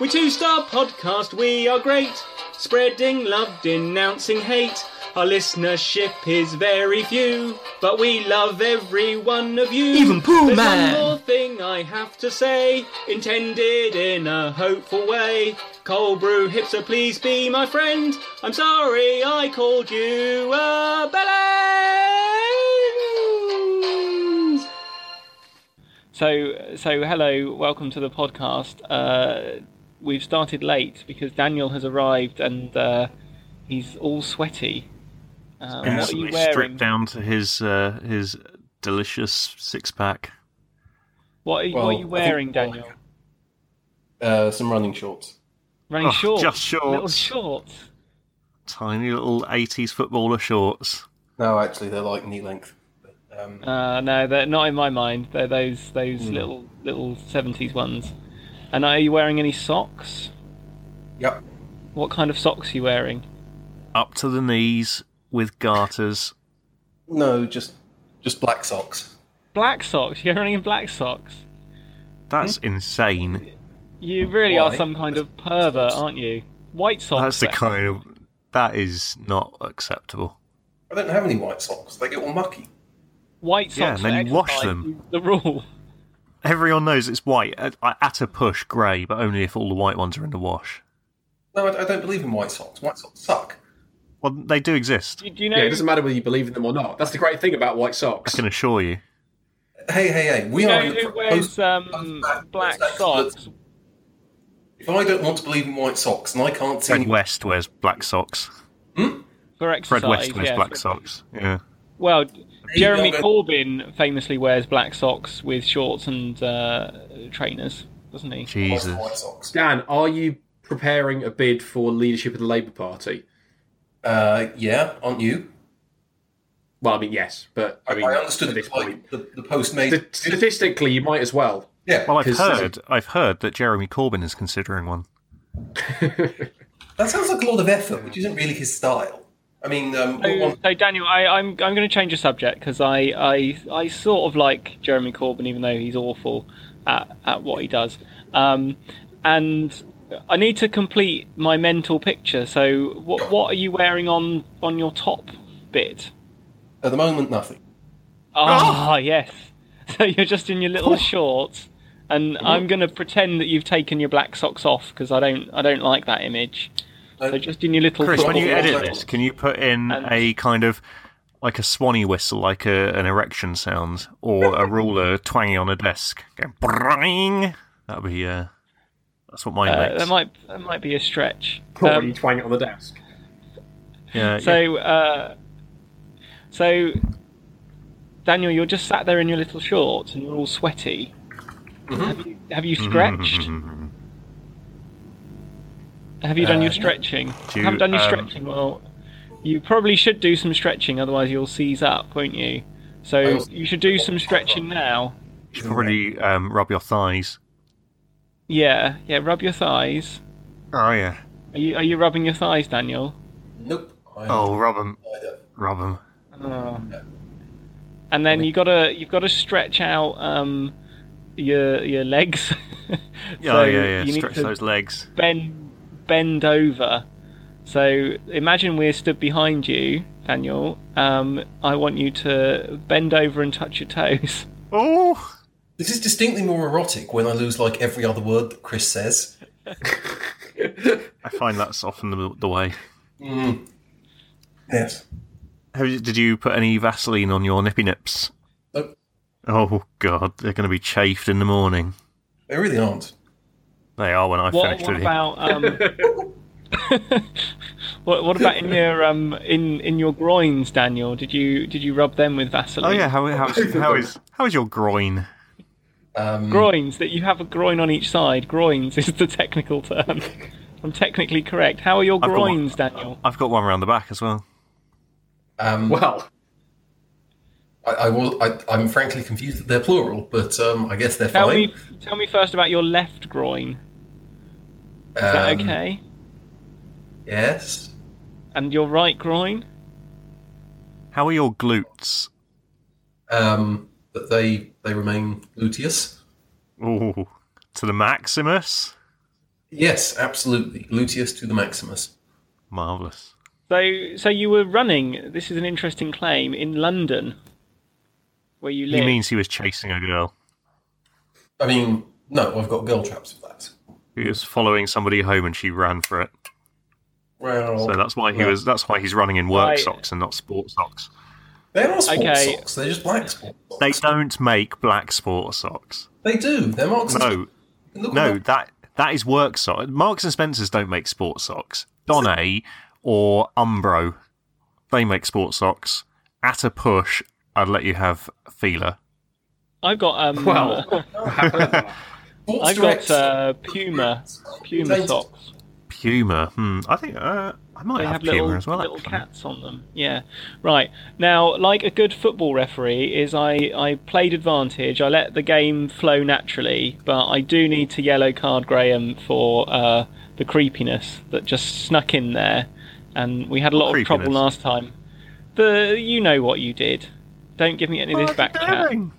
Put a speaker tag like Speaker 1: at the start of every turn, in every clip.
Speaker 1: We're Two Star Podcast, we are great. Spreading love, denouncing hate. Our listenership is very few, but we love every one of you.
Speaker 2: Even Pooh
Speaker 1: There's
Speaker 2: Man.
Speaker 1: one more thing I have to say, intended in a hopeful way. Cold brew hipster, please be my friend. I'm sorry I called you a bellend.
Speaker 3: So, so hello, welcome to the podcast. Uh, we've started late because Daniel has arrived and uh, he's all sweaty. Uh, what are you
Speaker 4: Absolutely stripped
Speaker 3: wearing?
Speaker 4: down to his uh, his delicious six pack.
Speaker 3: What are, what
Speaker 5: Well,
Speaker 3: are you
Speaker 5: I think- Oh,
Speaker 3: wearing, Daniel?
Speaker 5: Uh, some running shorts.
Speaker 3: Running
Speaker 4: Oh,
Speaker 3: shorts,
Speaker 4: just shorts.
Speaker 3: little shorts.
Speaker 4: Tiny little eighties footballer shorts.
Speaker 5: No, actually, they're like knee length. But, um,
Speaker 3: Uh, no, they're not in my mind. They're those those
Speaker 5: Hmm.
Speaker 3: little little seventies ones. And are you wearing any socks?
Speaker 5: yep.
Speaker 3: What kind of socks are you wearing?
Speaker 4: Up to the knees with garters.
Speaker 5: No, just just black socks.
Speaker 3: Black socks. You're wearing black socks.
Speaker 4: That's insane.
Speaker 3: You really are
Speaker 5: Why?
Speaker 3: some kind of pervert, aren't you? White socks.
Speaker 4: That's the
Speaker 3: then.
Speaker 4: kind of that is not acceptable.
Speaker 5: I don't have any white socks. They get all mucky.
Speaker 3: white
Speaker 4: Yeah,
Speaker 3: socks.
Speaker 4: and then
Speaker 3: for
Speaker 4: you wash
Speaker 3: exercise
Speaker 4: them.
Speaker 3: is The rule.
Speaker 4: Everyone knows it's white. At, at a push, grey, but only if all the white ones are in the wash.
Speaker 5: No, I, I don't believe in white socks. White socks suck.
Speaker 4: Well, they do exist.
Speaker 3: Do, do you know?
Speaker 6: Yeah, it doesn't matter whether you believe in them or not. That's the great thing about white
Speaker 4: I
Speaker 6: socks.
Speaker 4: can assure you.
Speaker 5: Hey, hey, hey. We
Speaker 3: do you
Speaker 5: are.
Speaker 3: know
Speaker 5: in the
Speaker 3: who
Speaker 5: pro-
Speaker 3: wears um,
Speaker 5: those bad-
Speaker 3: black
Speaker 5: those
Speaker 3: socks?
Speaker 5: If I don't want to believe in white socks and I can't see,
Speaker 4: Fred West wears black socks.
Speaker 3: For
Speaker 4: Fred
Speaker 3: exercise,
Speaker 4: West wears
Speaker 3: yeah.
Speaker 4: black socks. Yeah.
Speaker 3: Well, Jeremy
Speaker 5: go.
Speaker 3: Corbyn famously wears black socks with shorts and uh, trainers, doesn't he?
Speaker 5: I like white
Speaker 4: Jesus.
Speaker 5: socks.
Speaker 6: Dan, are you preparing a bid for leadership of the Labour Party?
Speaker 5: Uh, yeah, aren't you?
Speaker 6: Well, I mean, yes, but I
Speaker 5: I,
Speaker 6: mean,
Speaker 5: I understood
Speaker 6: at this
Speaker 5: that,
Speaker 6: point,
Speaker 5: like, the, the post made.
Speaker 6: St- statistically, you might as well.
Speaker 5: yeah,
Speaker 4: Well, I've
Speaker 6: 'Cause-
Speaker 4: heard. I've heard that Jeremy Corbyn is considering one.
Speaker 5: that sounds like a lot of effort, which isn't really his style. I mean, um,
Speaker 3: So,
Speaker 5: one-
Speaker 3: so Daniel, I, I'm I'm going to change the subject because I, I I sort of like Jeremy Corbyn, even though he's awful at, at what he does. Um, and I need to complete my mental picture. So, what what are you wearing on on your top bit?
Speaker 5: at the moment, nothing.
Speaker 3: Ah, yes. So you're just in your little shorts, and I'm going to pretend that you've taken your black socks off because I don't I don't like that image. So
Speaker 5: Uh,
Speaker 3: just in your little.
Speaker 4: Chris, when
Speaker 3: football
Speaker 4: you
Speaker 5: Probably
Speaker 4: edit
Speaker 5: also-
Speaker 4: this, can you put in
Speaker 3: And-
Speaker 4: a kind of like a swanny whistle, like a, an erection sound, or a ruler twanging on a desk? Going brrrring? That'd be uh, that's what mine
Speaker 3: uh,
Speaker 4: makes.
Speaker 3: that might that might be a stretch.
Speaker 6: Probably
Speaker 3: Um,
Speaker 6: you twang it on the desk.
Speaker 4: yeah, yeah.
Speaker 3: So, uh, so Daniel, you're just sat there in your little shorts and you're all sweaty.
Speaker 4: Mm-hmm.
Speaker 3: Have you, have you stretched? Have you done your stretching?
Speaker 4: Uh, do you,
Speaker 3: haven't done your
Speaker 4: um,
Speaker 3: stretching. Well, you probably should do some stretching, otherwise you'll seize up, won't you? So
Speaker 5: also-
Speaker 3: you should do some stretching now.
Speaker 4: you should probably um, rub your thighs.
Speaker 3: Yeah, yeah. Rub your thighs.
Speaker 4: Oh yeah.
Speaker 3: Are you are you rubbing your thighs, Daniel?
Speaker 5: Nope.
Speaker 3: Um,
Speaker 5: I'm
Speaker 4: Oh, rub them,
Speaker 5: neither.
Speaker 4: rub them.
Speaker 3: Oh.
Speaker 4: Um,
Speaker 3: And then you gotta you've gotta stretch out um, your your legs.
Speaker 4: Yeah,
Speaker 3: So
Speaker 4: yeah,
Speaker 3: You
Speaker 4: yeah.
Speaker 3: need
Speaker 4: Stretch
Speaker 3: to
Speaker 4: those legs.
Speaker 3: bend bend over. So imagine we're stood behind you, Daniel. Um, I want you to bend over and touch your toes.
Speaker 4: Oh,
Speaker 5: This is distinctly more erotic when I lose like every other word that Chris says.
Speaker 4: I find that's often the, the way.
Speaker 5: Yes.
Speaker 4: Have you, did you put any Vaseline on your nippy nips?
Speaker 5: Nope.
Speaker 4: Oh god, they're going to be chafed in the morning.
Speaker 5: They really aren't.
Speaker 4: They are when I
Speaker 3: What,
Speaker 4: finished
Speaker 3: what
Speaker 4: with you.
Speaker 3: about um, what, what about in your um, in in your groins, Daniel? Did you did you rub them with Vaseline?
Speaker 4: Oh yeah, how how is, how is how is your groin?
Speaker 5: Um,
Speaker 3: groins that you have a groin on each side. Groins is the technical term. I'm technically correct. How are your
Speaker 4: got one.
Speaker 3: groins, Daniel?
Speaker 4: I've got one round the back as well.
Speaker 5: um,
Speaker 6: Well,
Speaker 5: I, I will. I, I'm frankly confused that they're plural, but um, I guess they're
Speaker 3: Tell
Speaker 5: fine.
Speaker 3: me, tell me first about your left groin. Is that
Speaker 5: Um,
Speaker 3: okay?
Speaker 5: Yes.
Speaker 3: And your right groin?
Speaker 4: How are your glutes?
Speaker 5: Um, that they they remain luteous.
Speaker 4: Ooh, to the maximus.
Speaker 5: Yes, absolutely. Luteus to the Maximus.
Speaker 4: Marvellous.
Speaker 3: So, so you were running. This is an interesting claim in London, where you live.
Speaker 4: He means he was chasing a girl.
Speaker 5: I mean, no, I've got girl traps for that.
Speaker 4: He was following somebody home and she ran for it.
Speaker 5: Well,
Speaker 4: So that's why he
Speaker 5: no.
Speaker 4: was. That's why he's running in work
Speaker 3: Oh, Right.
Speaker 4: socks and not sport socks.
Speaker 5: They're not sport
Speaker 3: Okay.
Speaker 5: socks. They're just black sport socks.
Speaker 4: They don't make black sport socks.
Speaker 5: They do. They're Marks.
Speaker 4: No,
Speaker 5: Look
Speaker 4: no,
Speaker 5: them up.
Speaker 4: that that is work socks. Marks and Spencers don't make sport socks. Donnet or Umbro, they make sport socks. At a push, I'd let you have Fila.
Speaker 3: I've got um.
Speaker 6: Well,
Speaker 5: Sports
Speaker 3: I've got
Speaker 5: Direct-
Speaker 3: uh, Puma, Puma
Speaker 5: They-
Speaker 3: socks.
Speaker 4: Puma. Hmm. I think uh, I might
Speaker 3: They
Speaker 4: have,
Speaker 3: have
Speaker 4: Puma
Speaker 3: little,
Speaker 4: as well.
Speaker 3: little
Speaker 4: actually.
Speaker 3: cats on them. Yeah, right. Now, like a good football referee, is I I played advantage. I let the game flow naturally, but I do need to yellow card Graham for uh, the creepiness that just snuck in there, and we had a lot of trouble
Speaker 4: Creepiness?
Speaker 3: last time. The you know what you did. Don't give me any of this
Speaker 4: I
Speaker 3: back,
Speaker 4: didn't do
Speaker 3: cat.
Speaker 4: anything.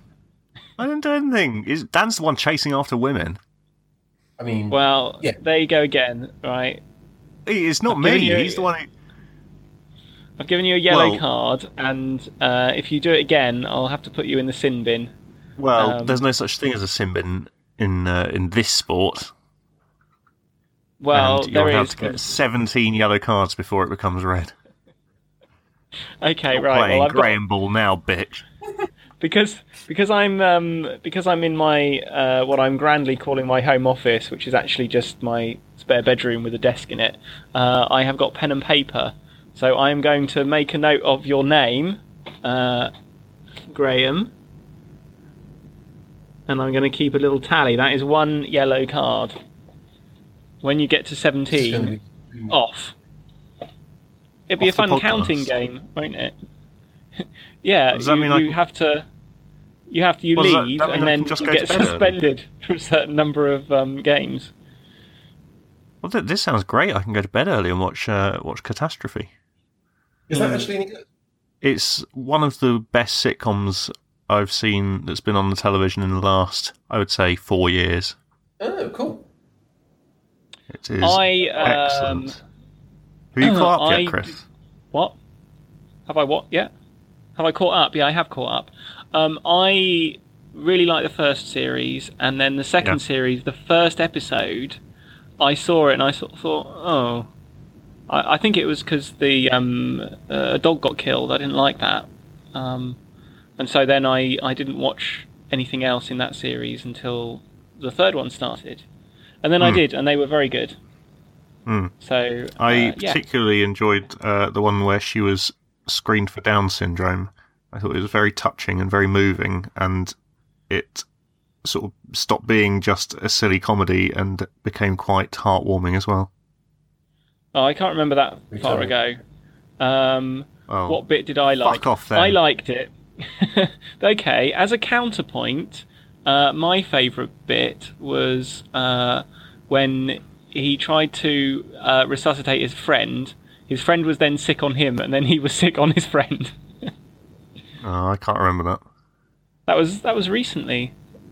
Speaker 4: I didn't do anything. Is Dan's the one chasing after women?
Speaker 5: I mean,
Speaker 3: Well,
Speaker 5: Yeah.
Speaker 3: there you go again. Right,
Speaker 4: He- It's not
Speaker 3: I'm
Speaker 4: me.
Speaker 3: giving you-
Speaker 4: He's the one. Who...
Speaker 3: I've given you a yellow
Speaker 4: Well-
Speaker 3: card, and uh, if you do it again, I'll have to put you in the sin bin.
Speaker 4: Well,
Speaker 3: Um,
Speaker 4: there's no such thing as a simbin in uh, in this sport.
Speaker 3: Well,
Speaker 4: and you're
Speaker 3: there
Speaker 4: allowed
Speaker 3: is.
Speaker 4: to get 17 yellow cards before it becomes red.
Speaker 3: Okay, right.
Speaker 4: Playing
Speaker 3: Well, I've got,
Speaker 4: Graham Ball now, bitch.
Speaker 3: because because I'm um, because I'm in my uh, what I'm grandly calling my home office, which is actually just my spare bedroom with a desk in it. Uh, I have got pen and paper, so I am going to make a note of your name, uh, Graham, and I'm going to keep a little tally. That is one yellow card. When you get to
Speaker 5: it's gonna
Speaker 3: seventeen,
Speaker 5: be-
Speaker 3: off. It'd be
Speaker 4: Off
Speaker 3: a
Speaker 4: the
Speaker 3: fun
Speaker 4: podcast.
Speaker 3: counting game, won't it? yeah,
Speaker 4: Does
Speaker 3: you,
Speaker 4: that mean I
Speaker 3: you
Speaker 4: can-
Speaker 3: have to. You have to you
Speaker 4: Well, does that-
Speaker 3: leave
Speaker 4: that mean
Speaker 3: and
Speaker 4: I
Speaker 3: then
Speaker 4: can just
Speaker 3: you
Speaker 4: go
Speaker 3: get
Speaker 4: to bed early?
Speaker 3: suspended from a certain number of um, games.
Speaker 4: Well, th- this sounds great. I can go to bed early and watch uh, watch Catastrophe.
Speaker 5: Is that actually any good?
Speaker 4: It's one of the best sitcoms I've seen that's been on the television in the last, I would say, four years.
Speaker 5: Oh, cool.
Speaker 4: It is
Speaker 3: I um,
Speaker 4: excellent. Have you caught up
Speaker 3: I
Speaker 4: yet, Chris?
Speaker 3: What? Have I what? Yeah. Have I caught up? Yeah, I have caught up. Um, I really like the first series, and then the second
Speaker 4: Yeah.
Speaker 3: series, the first episode, I saw it and I sort of thought, oh, I, I think it was because the um, uh, a dog got killed. I didn't like that, um, and so then I I didn't watch anything else in that series until the third one started, and then I
Speaker 4: Hmm.
Speaker 3: did, and they were very good.
Speaker 4: Hmm.
Speaker 3: So
Speaker 4: I
Speaker 3: uh, yeah.
Speaker 4: particularly enjoyed uh, the one where she was screened for Down syndrome. I thought it was very touching and very moving, and it sort of stopped being just a silly comedy and became quite heartwarming as well.
Speaker 3: Oh, I can't remember that
Speaker 5: We
Speaker 3: far
Speaker 5: don't.
Speaker 3: ago. Um,
Speaker 4: Oh,
Speaker 3: What bit did I like?
Speaker 4: off then.
Speaker 3: I liked it. okay, as a counterpoint, uh, my favourite bit was uh, when he tried to uh, resuscitate his friend. His friend was then sick on him, and then he was sick on his friend.
Speaker 4: Oh, I can't remember that.
Speaker 3: That was that was recently.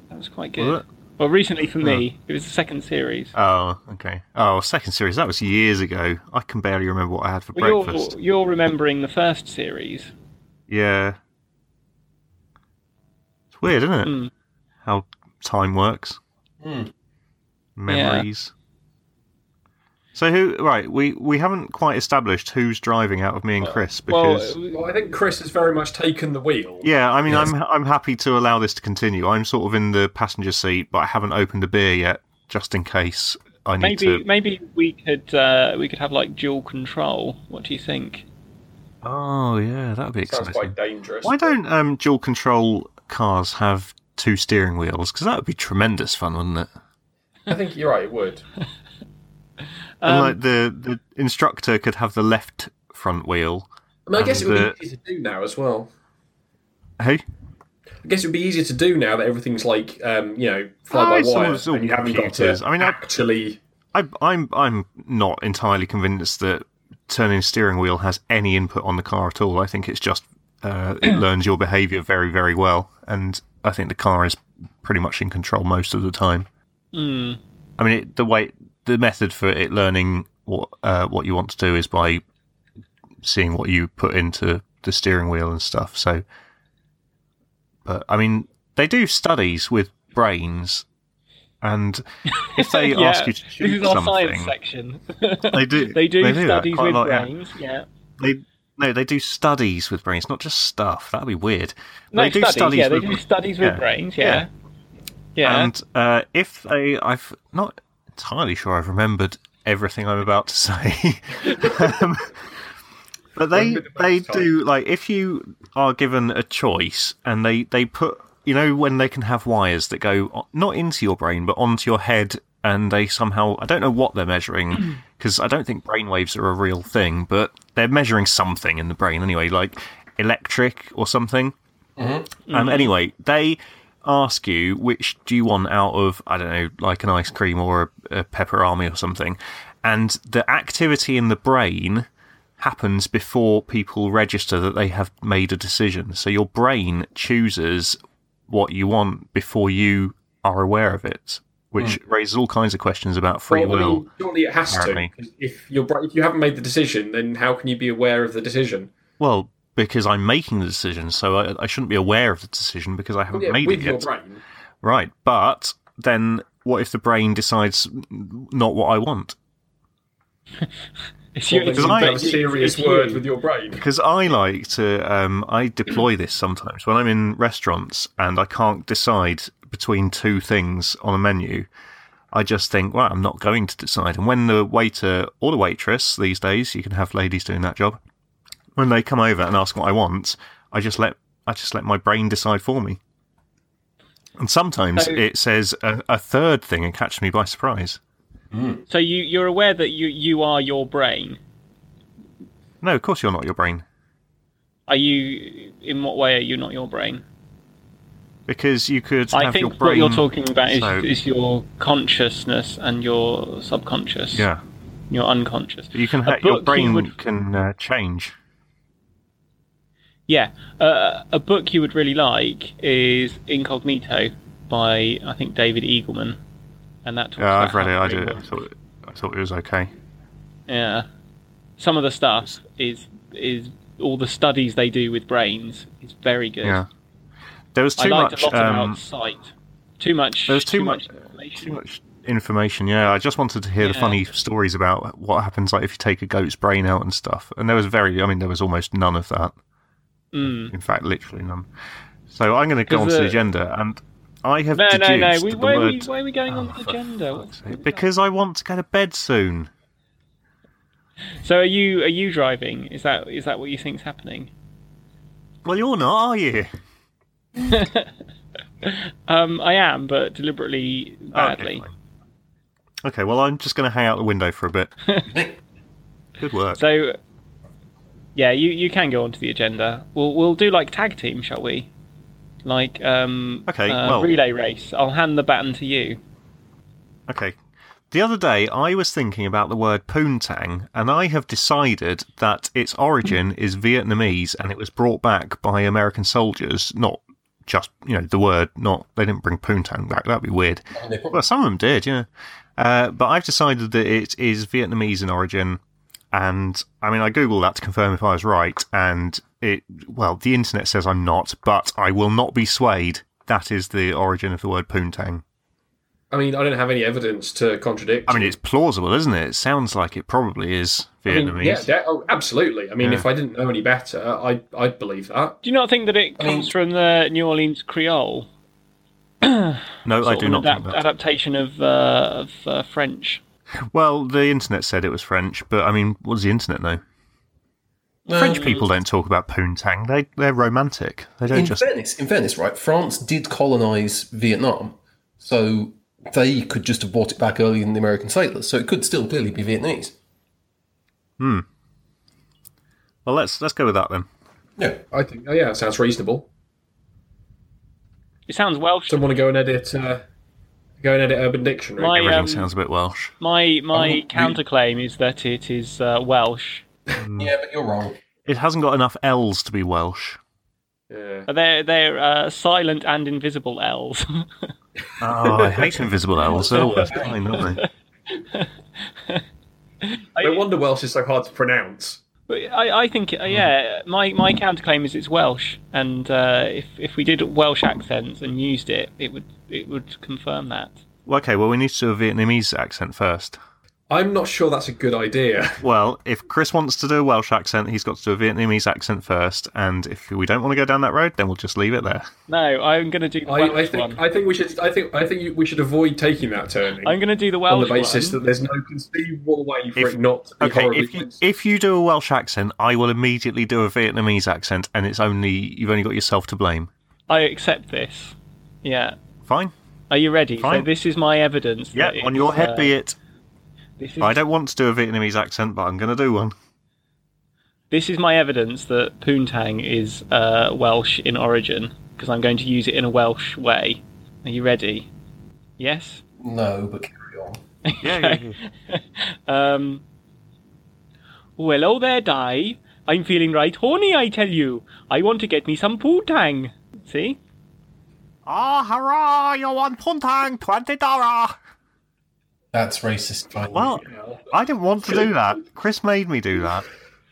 Speaker 3: That was quite good.
Speaker 4: Was it?
Speaker 3: Well, recently for me, it was the second series.
Speaker 4: Oh, okay. Oh, second series. That was years ago. I can barely remember what I had for
Speaker 3: Well,
Speaker 4: breakfast.
Speaker 3: you're you're remembering the first series.
Speaker 4: Yeah. It's weird, isn't it?
Speaker 3: Mm.
Speaker 4: How time works.
Speaker 6: Hmm.
Speaker 5: Mm.
Speaker 4: Memories. So who right, we we haven't quite established who's driving out of me and Chris because
Speaker 3: Well, uh,
Speaker 6: well, I think Chris has very much taken the wheel.
Speaker 4: yeah, I mean,
Speaker 5: Yes.
Speaker 4: I'm I'm happy to allow this to continue. I'm sort of in the passenger seat, but I haven't opened a beer yet, just in case I need
Speaker 3: maybe
Speaker 4: to.
Speaker 3: maybe we could uh, we could have like dual control. What do you think?
Speaker 4: Oh yeah, that'd be
Speaker 6: Sounds
Speaker 4: exciting.
Speaker 6: quite dangerous.
Speaker 4: Why don't um, dual control cars have two steering wheels? Because that would be tremendous fun, wouldn't it?
Speaker 6: I think you're right. It would.
Speaker 4: And
Speaker 3: Um,
Speaker 4: like the the instructor could have the left front wheel.
Speaker 6: I mean, I guess it would
Speaker 4: And, uh,
Speaker 6: be easy to do now as well.
Speaker 4: Hey,
Speaker 6: I guess it would be easier to do now that everything's like, um, you know, fly by
Speaker 4: it's all-
Speaker 6: wire,
Speaker 4: it's all
Speaker 6: and you haven't got
Speaker 4: computers.
Speaker 6: to
Speaker 4: I mean, I-
Speaker 6: actually.
Speaker 4: I, I'm I'm not entirely convinced that turning steering wheel has any input on the car at all. I think it's just uh, it learns your behaviour very very well, and I think the car is pretty much in control most of the time.
Speaker 3: Hmm.
Speaker 4: I mean, it, the way the method for it learning what uh, what you want to do is by seeing what you put into the steering wheel and stuff. So, but I mean, they do studies with brains, and if they
Speaker 3: Yeah.
Speaker 4: ask you to
Speaker 3: This
Speaker 4: choose
Speaker 3: is our science
Speaker 4: something,
Speaker 3: section.
Speaker 4: they do
Speaker 3: They do,
Speaker 4: that
Speaker 3: studies
Speaker 4: quite a
Speaker 3: with
Speaker 4: lot, yeah.
Speaker 3: brains. Yeah.
Speaker 4: They no, they do studies with brains, not just stuff. That'd be weird.
Speaker 3: No,
Speaker 4: they do
Speaker 3: studies.
Speaker 4: studies
Speaker 3: yeah, they
Speaker 4: with
Speaker 3: do studies with
Speaker 4: yeah.
Speaker 3: brains. Yeah. Yeah.
Speaker 4: And uh, if they, I've not entirely sure I've remembered everything I'm about to say, um, but they
Speaker 6: Remember the
Speaker 4: they
Speaker 6: first
Speaker 4: do like if you are given a choice and they they put you know when they can have wires that go o- not into your brain but onto your head and they somehow I don't know what they're measuring because I don't think brain waves are a real thing but they're measuring something in the brain anyway like electric or something. Um, anyway, they ask you which do you want out of I don't know, like an ice cream or a, a pepperami or something, and the activity in the brain happens before people register that they have made a decision. So your brain chooses what you want before you are aware of it, which raises all kinds of questions about free
Speaker 6: Hmm. Well, I mean,
Speaker 4: will.
Speaker 6: surely it has
Speaker 4: apparently.
Speaker 6: to. 'cause If you're bra- if you haven't made the decision, then how can you be aware of the decision?
Speaker 4: Well, because I'm making the decision, so I, I shouldn't be aware of the decision because I haven't
Speaker 6: Yeah,
Speaker 4: made
Speaker 6: with
Speaker 4: it
Speaker 6: your
Speaker 4: yet.
Speaker 6: brain.
Speaker 4: Right, but then what if the brain decides not what I want?
Speaker 3: It's
Speaker 6: Well, then
Speaker 4: it's
Speaker 6: you
Speaker 4: like-
Speaker 6: have a serious
Speaker 3: it's you.
Speaker 6: word with your brain.
Speaker 4: Because I like to, um, I deploy this sometimes when I'm in restaurants and I can't decide between two things on a menu. I just think, well, I'm not going to decide. And when the waiter or the waitress these days, you can have ladies doing that job. When they come over and ask what I want, I just let I just let my brain decide for me. And sometimes
Speaker 3: So-
Speaker 4: it says a, a third thing and catches me by surprise.
Speaker 3: So you you're aware that you you are your brain.
Speaker 4: No, of course you're not your brain.
Speaker 3: Are you? In what way are you not your brain?
Speaker 4: because you could.
Speaker 3: I
Speaker 4: have
Speaker 3: think
Speaker 4: your brain...
Speaker 3: what you're talking about is,
Speaker 4: so-
Speaker 3: is your consciousness and your subconscious.
Speaker 4: Yeah,
Speaker 3: Your unconscious.
Speaker 4: you can.
Speaker 3: A
Speaker 4: Ha- your
Speaker 3: book
Speaker 4: brain
Speaker 3: You would,
Speaker 4: can uh, change.
Speaker 3: yeah. Uh, a book you would really like is Incognito by I think David Eagleman, and that. Talks
Speaker 4: Yeah,
Speaker 3: about
Speaker 4: Uh, I've read it.
Speaker 3: how
Speaker 4: I
Speaker 3: the
Speaker 4: did.
Speaker 3: brain
Speaker 4: It. I
Speaker 3: works.
Speaker 4: thought. It, I thought it was okay.
Speaker 3: Yeah. Some of the stuff is is all the studies they do with brains is very good.
Speaker 4: Yeah. There was
Speaker 3: I
Speaker 4: too
Speaker 3: liked
Speaker 4: much.
Speaker 3: a lot
Speaker 4: um,
Speaker 3: about sight. Too much.
Speaker 4: there was too
Speaker 3: much.
Speaker 4: much-
Speaker 3: information.
Speaker 4: too much information. Yeah, I just wanted to hear the
Speaker 3: Yeah.
Speaker 4: funny stories about what happens, like if you take a goat's brain out and stuff. And there was very. I mean, there was almost none of that.
Speaker 3: Mm.
Speaker 4: In fact, literally none. So I'm going to go
Speaker 3: 'Cause,
Speaker 4: on to
Speaker 3: uh,
Speaker 4: the agenda, and I have
Speaker 3: No, no,
Speaker 4: deduced
Speaker 3: no. We,
Speaker 4: that the
Speaker 3: where, are we,
Speaker 4: word
Speaker 3: where are we going on the
Speaker 4: for
Speaker 3: agenda?
Speaker 4: fuck's sake, because I want to go to bed soon.
Speaker 3: So are you are you driving? Is that is that what you think's happening?
Speaker 4: Well, you're not, are you?
Speaker 3: Um, I am, but deliberately
Speaker 4: Oh,
Speaker 3: badly.
Speaker 4: Okay, fine. Okay, well, I'm just going to hang out the window for a bit.
Speaker 5: Nick,
Speaker 4: Good work.
Speaker 3: so, yeah, you, you can go onto the agenda. We'll we'll do like tag team, shall we? Like um,
Speaker 4: Okay,
Speaker 3: uh,
Speaker 4: well-
Speaker 3: relay race. I'll hand the baton to you.
Speaker 4: Okay. The other day, I was thinking about the word poontang, and I have decided that its origin is Vietnamese, and it was brought back by American soldiers, not just, you know, the word, not, they didn't bring poontang back, that'd be weird.
Speaker 5: they probably-
Speaker 4: Well, some of them did, yeah. Uh, but I've decided that it is Vietnamese in origin, and I mean, I googled that to confirm if I was right, and it, well, the internet says I'm not, but I will not be swayed. That is the origin of the word poontang.
Speaker 6: I mean, I don't have any evidence to contradict.
Speaker 4: I mean, it's plausible, isn't it? It sounds like it probably is
Speaker 6: I mean,
Speaker 4: Vietnamese.
Speaker 6: yeah, de- oh, absolutely. I mean, if I didn't know any better, I I'd believe that.
Speaker 3: Do you not think that it
Speaker 5: I mean-
Speaker 3: comes from the New Orleans Creole?
Speaker 4: no, I
Speaker 3: Sort
Speaker 4: do
Speaker 3: of
Speaker 4: not
Speaker 3: an adap-
Speaker 4: think that.
Speaker 3: adaptation of uh, of uh, French.
Speaker 4: Well, the internet said it was French, but I mean, what does the internet know? French
Speaker 5: Um,
Speaker 4: people don't talk about poontang. They they're romantic. They don't
Speaker 5: in
Speaker 4: just.
Speaker 5: fairness, in fairness, right? France did colonize Vietnam, so they could just have brought it back earlier than the American sailors. So it could still clearly be Vietnamese.
Speaker 4: Well, let's let's go with that then.
Speaker 5: Yeah,
Speaker 6: I think. Oh, yeah, that sounds reasonable.
Speaker 3: It sounds Welsh.
Speaker 6: Someone to go and edit. Uh, go and edit Urban Dictionary.
Speaker 3: My,
Speaker 4: Everything
Speaker 3: um,
Speaker 4: sounds a bit Welsh.
Speaker 3: My my
Speaker 5: you-
Speaker 3: counterclaim is that it is uh, Welsh.
Speaker 4: Mm.
Speaker 5: yeah, but you're wrong.
Speaker 4: It hasn't got enough L's to be Welsh.
Speaker 6: yeah.
Speaker 3: They're they're uh, silent and invisible L's.
Speaker 4: uh, Oh, I hate invisible L's. They're the worst kind, aren't they?
Speaker 6: No wonder Welsh is so hard to pronounce.
Speaker 3: But I, I think, uh, yeah, my, my counterclaim is it's Welsh, and uh, if if we did Welsh accents and used it, it would it would confirm that.
Speaker 4: Well, okay, well, we need to do a Vietnamese accent first.
Speaker 6: I'm not sure that's a good idea.
Speaker 4: Well, if Chris wants to do a Welsh accent, he's got to do a Vietnamese accent first. And if we don't want to go down that road, then we'll just leave it there.
Speaker 3: No, I'm going to do the
Speaker 6: I, I
Speaker 3: Welsh
Speaker 6: think
Speaker 3: one.
Speaker 6: I think we should I think I think you- we should avoid taking that turning
Speaker 3: I'm going to do the
Speaker 6: on the
Speaker 3: Welsh
Speaker 6: basis
Speaker 3: one.
Speaker 6: that there's no conceivable way for
Speaker 4: If-
Speaker 6: it not to be
Speaker 4: okay,
Speaker 6: horribly
Speaker 4: if you,
Speaker 6: offensive.
Speaker 4: if you do a Welsh accent, I will immediately do a Vietnamese accent, and it's only you've only got yourself to blame.
Speaker 3: I accept this. Yeah.
Speaker 4: Fine,
Speaker 3: Are you ready?
Speaker 4: Fine.
Speaker 3: So this is my evidence.
Speaker 4: yeah,
Speaker 3: that
Speaker 4: on
Speaker 3: it's,
Speaker 4: your head
Speaker 3: uh,
Speaker 4: be it.
Speaker 3: This
Speaker 4: I
Speaker 3: is,
Speaker 4: don't want to do a Vietnamese accent, but I'm going to do one.
Speaker 3: this is my evidence that poontang is uh, Welsh in origin because I'm going to use it in a Welsh way. Are you ready? Yes.
Speaker 5: No, but carry on.
Speaker 4: Yeah,
Speaker 3: Um, well, hello there, Di. I'm feeling right horny, I tell you. I want to get me some pootang. See?
Speaker 4: Ah, hurrah! You won Puntang twenty dollar.
Speaker 5: That's racist. Chinese.
Speaker 4: Well, I didn't want to do that. Chris made me do that.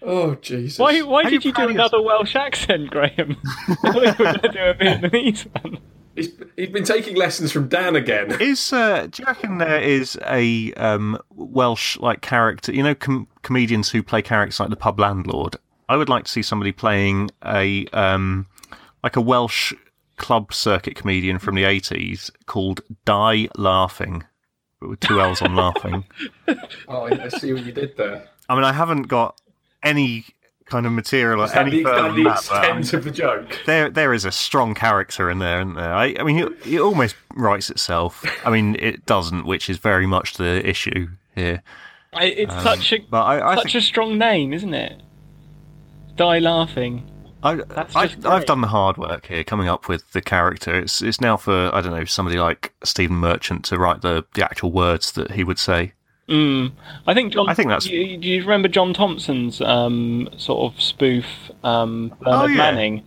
Speaker 6: Oh Jesus!
Speaker 3: Why, why
Speaker 4: How
Speaker 3: did
Speaker 4: you
Speaker 3: you do
Speaker 4: proud of
Speaker 3: another Welsh accent, Graham? I thought you were going to do a Vietnamese one.
Speaker 6: He's, he's been taking lessons from Dan again.
Speaker 4: Is uh, do you reckon there is a um, Welsh like character? You know, com- comedians who play characters like the pub landlord. I would like to see somebody playing a um, like a Welsh club circuit comedian from the eighties called Die Laughing, but with two L's on laughing.
Speaker 6: Oh, I I see what you did there.
Speaker 4: I mean, I haven't got any kind of material
Speaker 6: Is
Speaker 4: at
Speaker 6: that
Speaker 4: any
Speaker 6: the,
Speaker 4: further
Speaker 6: that
Speaker 4: than
Speaker 6: the
Speaker 4: that, but, I mean,
Speaker 6: extent of the joke?
Speaker 4: there there is a strong character in there, isn't there? I, I mean, it, it almost writes itself. I mean, it doesn't, which is very much the issue here.
Speaker 3: I- It's such a
Speaker 4: But I, I
Speaker 3: such
Speaker 4: think
Speaker 3: a strong name, isn't it? Die laughing.
Speaker 4: I,
Speaker 3: that's
Speaker 4: I,
Speaker 3: just
Speaker 4: I've
Speaker 3: great.
Speaker 4: done the hard work here, coming up with the character. It's it's now for I don't know somebody like Stephen Merchant to write the, the actual words that he would say.
Speaker 3: Mm. I think John.
Speaker 4: I think that's-
Speaker 3: Do you, do you remember John Thompson's um, sort of spoof um, Bernard
Speaker 4: Oh, yeah.
Speaker 3: Manning?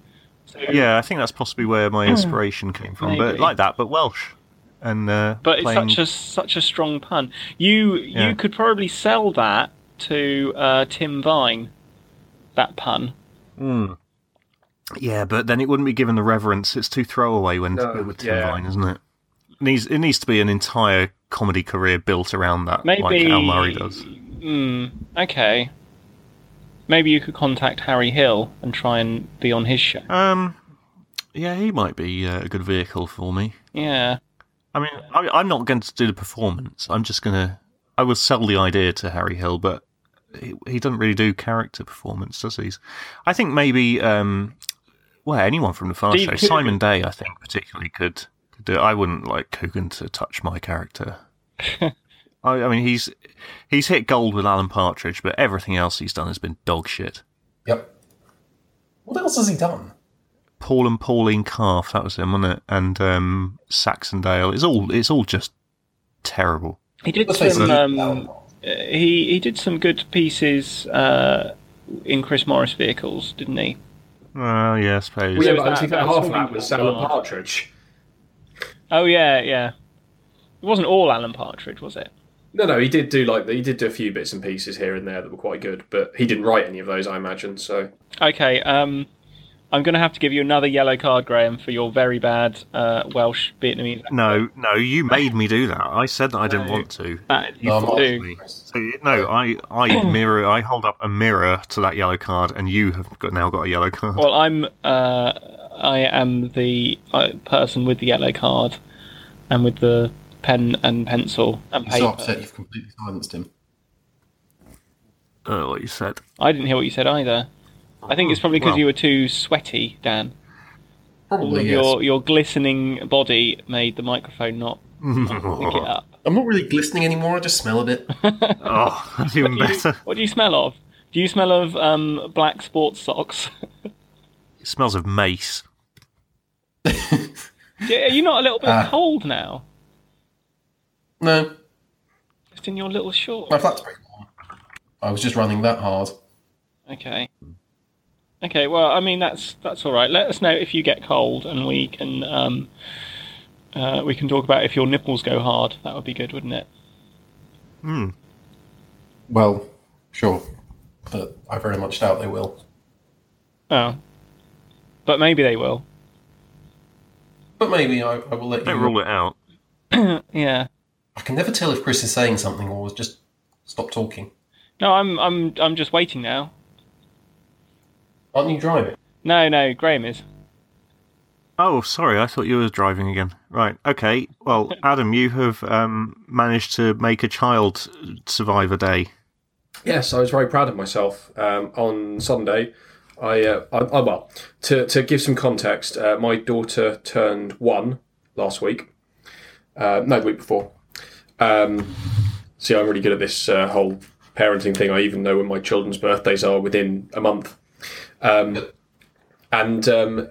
Speaker 3: So,
Speaker 4: Yeah, I think that's possibly where my inspiration came from. But
Speaker 3: Hmm. Maybe.
Speaker 4: like that, but Welsh and uh,
Speaker 3: But it's
Speaker 4: playing
Speaker 3: such a such a strong pun. You
Speaker 4: Yeah.
Speaker 3: you could probably sell that to uh, Tim Vine, that pun.
Speaker 4: Yeah, but then it wouldn't be given the reverence. It's too throwaway when
Speaker 6: No,
Speaker 4: with Tim
Speaker 6: yeah.
Speaker 4: Vine, isn't it? It needs it needs to be an entire comedy career built around that,
Speaker 3: Maybe
Speaker 4: like Al Murray does.
Speaker 3: Hmm, okay. Maybe you could contact Harry Hill and try and be on his show.
Speaker 4: Um, yeah, he might be uh, a good vehicle for me.
Speaker 3: Yeah.
Speaker 4: I mean, I, I'm not going to do the performance. I'm just gonna. I will sell the idea to Harry Hill, but he, he doesn't really do character performance, does he? I think maybe um, well, anyone from the Far
Speaker 3: Steve
Speaker 4: Show,
Speaker 3: Coogan.
Speaker 4: Simon Day, I think particularly could, could do. It. I wouldn't like Coogan to touch my character. I, I mean, he's he's hit gold with Alan Partridge, but everything else he's done has been dog shit.
Speaker 5: Yep. What else has he done?
Speaker 4: Paul and Pauline Calf, that was him, wasn't it? And um, Saxondale. It's all it's all just terrible.
Speaker 3: He did
Speaker 5: Let's face it,
Speaker 3: some
Speaker 5: he-
Speaker 3: um, he he did some good pieces uh, in Chris Morris vehicles, didn't he?
Speaker 4: Well, yeah, I suppose.
Speaker 6: Well, yeah,
Speaker 3: So
Speaker 6: but
Speaker 3: is
Speaker 6: I think
Speaker 3: that-
Speaker 6: that
Speaker 3: that's
Speaker 6: half of
Speaker 3: all
Speaker 6: that
Speaker 3: we
Speaker 6: was
Speaker 3: want.
Speaker 6: Alan Partridge.
Speaker 3: Oh yeah, yeah. It wasn't all Alan Partridge, was it?
Speaker 6: No, no, he did do like he did do a few bits and pieces here and there that were quite good, but he didn't write any of those, I imagine. So
Speaker 3: Okay, um, I'm going to have to give you another yellow card, Graham, for your very bad uh, Welsh Vietnamese.
Speaker 4: No, no, you made me do that. I said that I didn't want to.
Speaker 3: That
Speaker 5: No, I'm
Speaker 3: you
Speaker 5: not.
Speaker 3: do.
Speaker 4: Me. So you- no, I, I mirror, I hold up a mirror to that yellow card, and you have got, now got a yellow card.
Speaker 3: Well, I'm uh, I am the uh, person with the yellow card and with the pen and pencil and
Speaker 5: He's so
Speaker 3: paper.
Speaker 5: upset you've completely silenced him.
Speaker 4: Oh, what you said.
Speaker 3: I didn't hear what you said either. I think it's probably because
Speaker 4: Well.
Speaker 3: you were too sweaty, Dan.
Speaker 5: Probably yes.
Speaker 3: Your your glistening body made the microphone not pick it
Speaker 4: oh,
Speaker 3: up.
Speaker 5: I'm not really glistening anymore. I just smell a bit.
Speaker 4: oh, that's even better.
Speaker 3: What do you smell of? Do you smell of um, black sports socks?
Speaker 4: It smells of mace.
Speaker 3: Yeah, Are you not a little bit
Speaker 5: Ah.
Speaker 3: cold now?
Speaker 5: No,
Speaker 3: Just in your little shorts.
Speaker 5: my flat's very warm. I was just running that hard.
Speaker 3: Okay. Okay. Well, I mean that's that's all right. Let us know if you get cold, and we can um, uh, we can talk about if your nipples go hard. That would be good, wouldn't it?
Speaker 5: Well, sure, but I very much doubt they will.
Speaker 3: Oh, but maybe they will.
Speaker 5: But maybe I, I will let
Speaker 4: Don't
Speaker 5: you.
Speaker 4: rule it out.
Speaker 3: Yeah.
Speaker 5: I can never tell if Chris is saying something or just stop talking.
Speaker 3: No, I'm I'm I'm just waiting now.
Speaker 5: Aren't you driving?
Speaker 3: No, no, Graham is.
Speaker 4: Oh, sorry, I thought you were driving again. Right, okay. Well, Adam, you have um, managed to make a child survive a day.
Speaker 6: Yes, I was very proud of myself um, on Sunday. I, uh, I, I well, to, to give some context, uh, my daughter turned one last week. Uh, no, the week before. Um, see, I'm really good at this uh, whole parenting thing. I even know when my children's birthdays are within a month. Um, and um,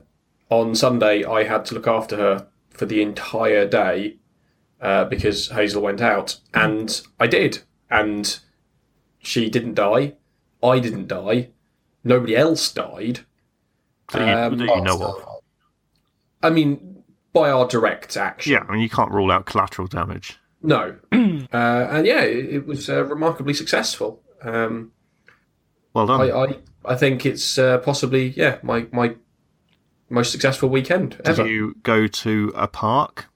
Speaker 6: on Sunday, I had to look after her for the entire day uh, because Hazel went out, and I did. And she didn't die. I didn't die. Nobody else died.
Speaker 4: That you,
Speaker 6: Um,
Speaker 4: that you know of.
Speaker 6: I mean, by our direct action.
Speaker 4: Yeah, I mean, you can't rule out collateral damage.
Speaker 6: No. uh, and yeah, it, it was uh, remarkably successful. Um,
Speaker 4: Well done.
Speaker 6: I, I, I think it's uh, possibly yeah my my most successful weekend
Speaker 4: Did
Speaker 6: ever.
Speaker 4: you go to a park?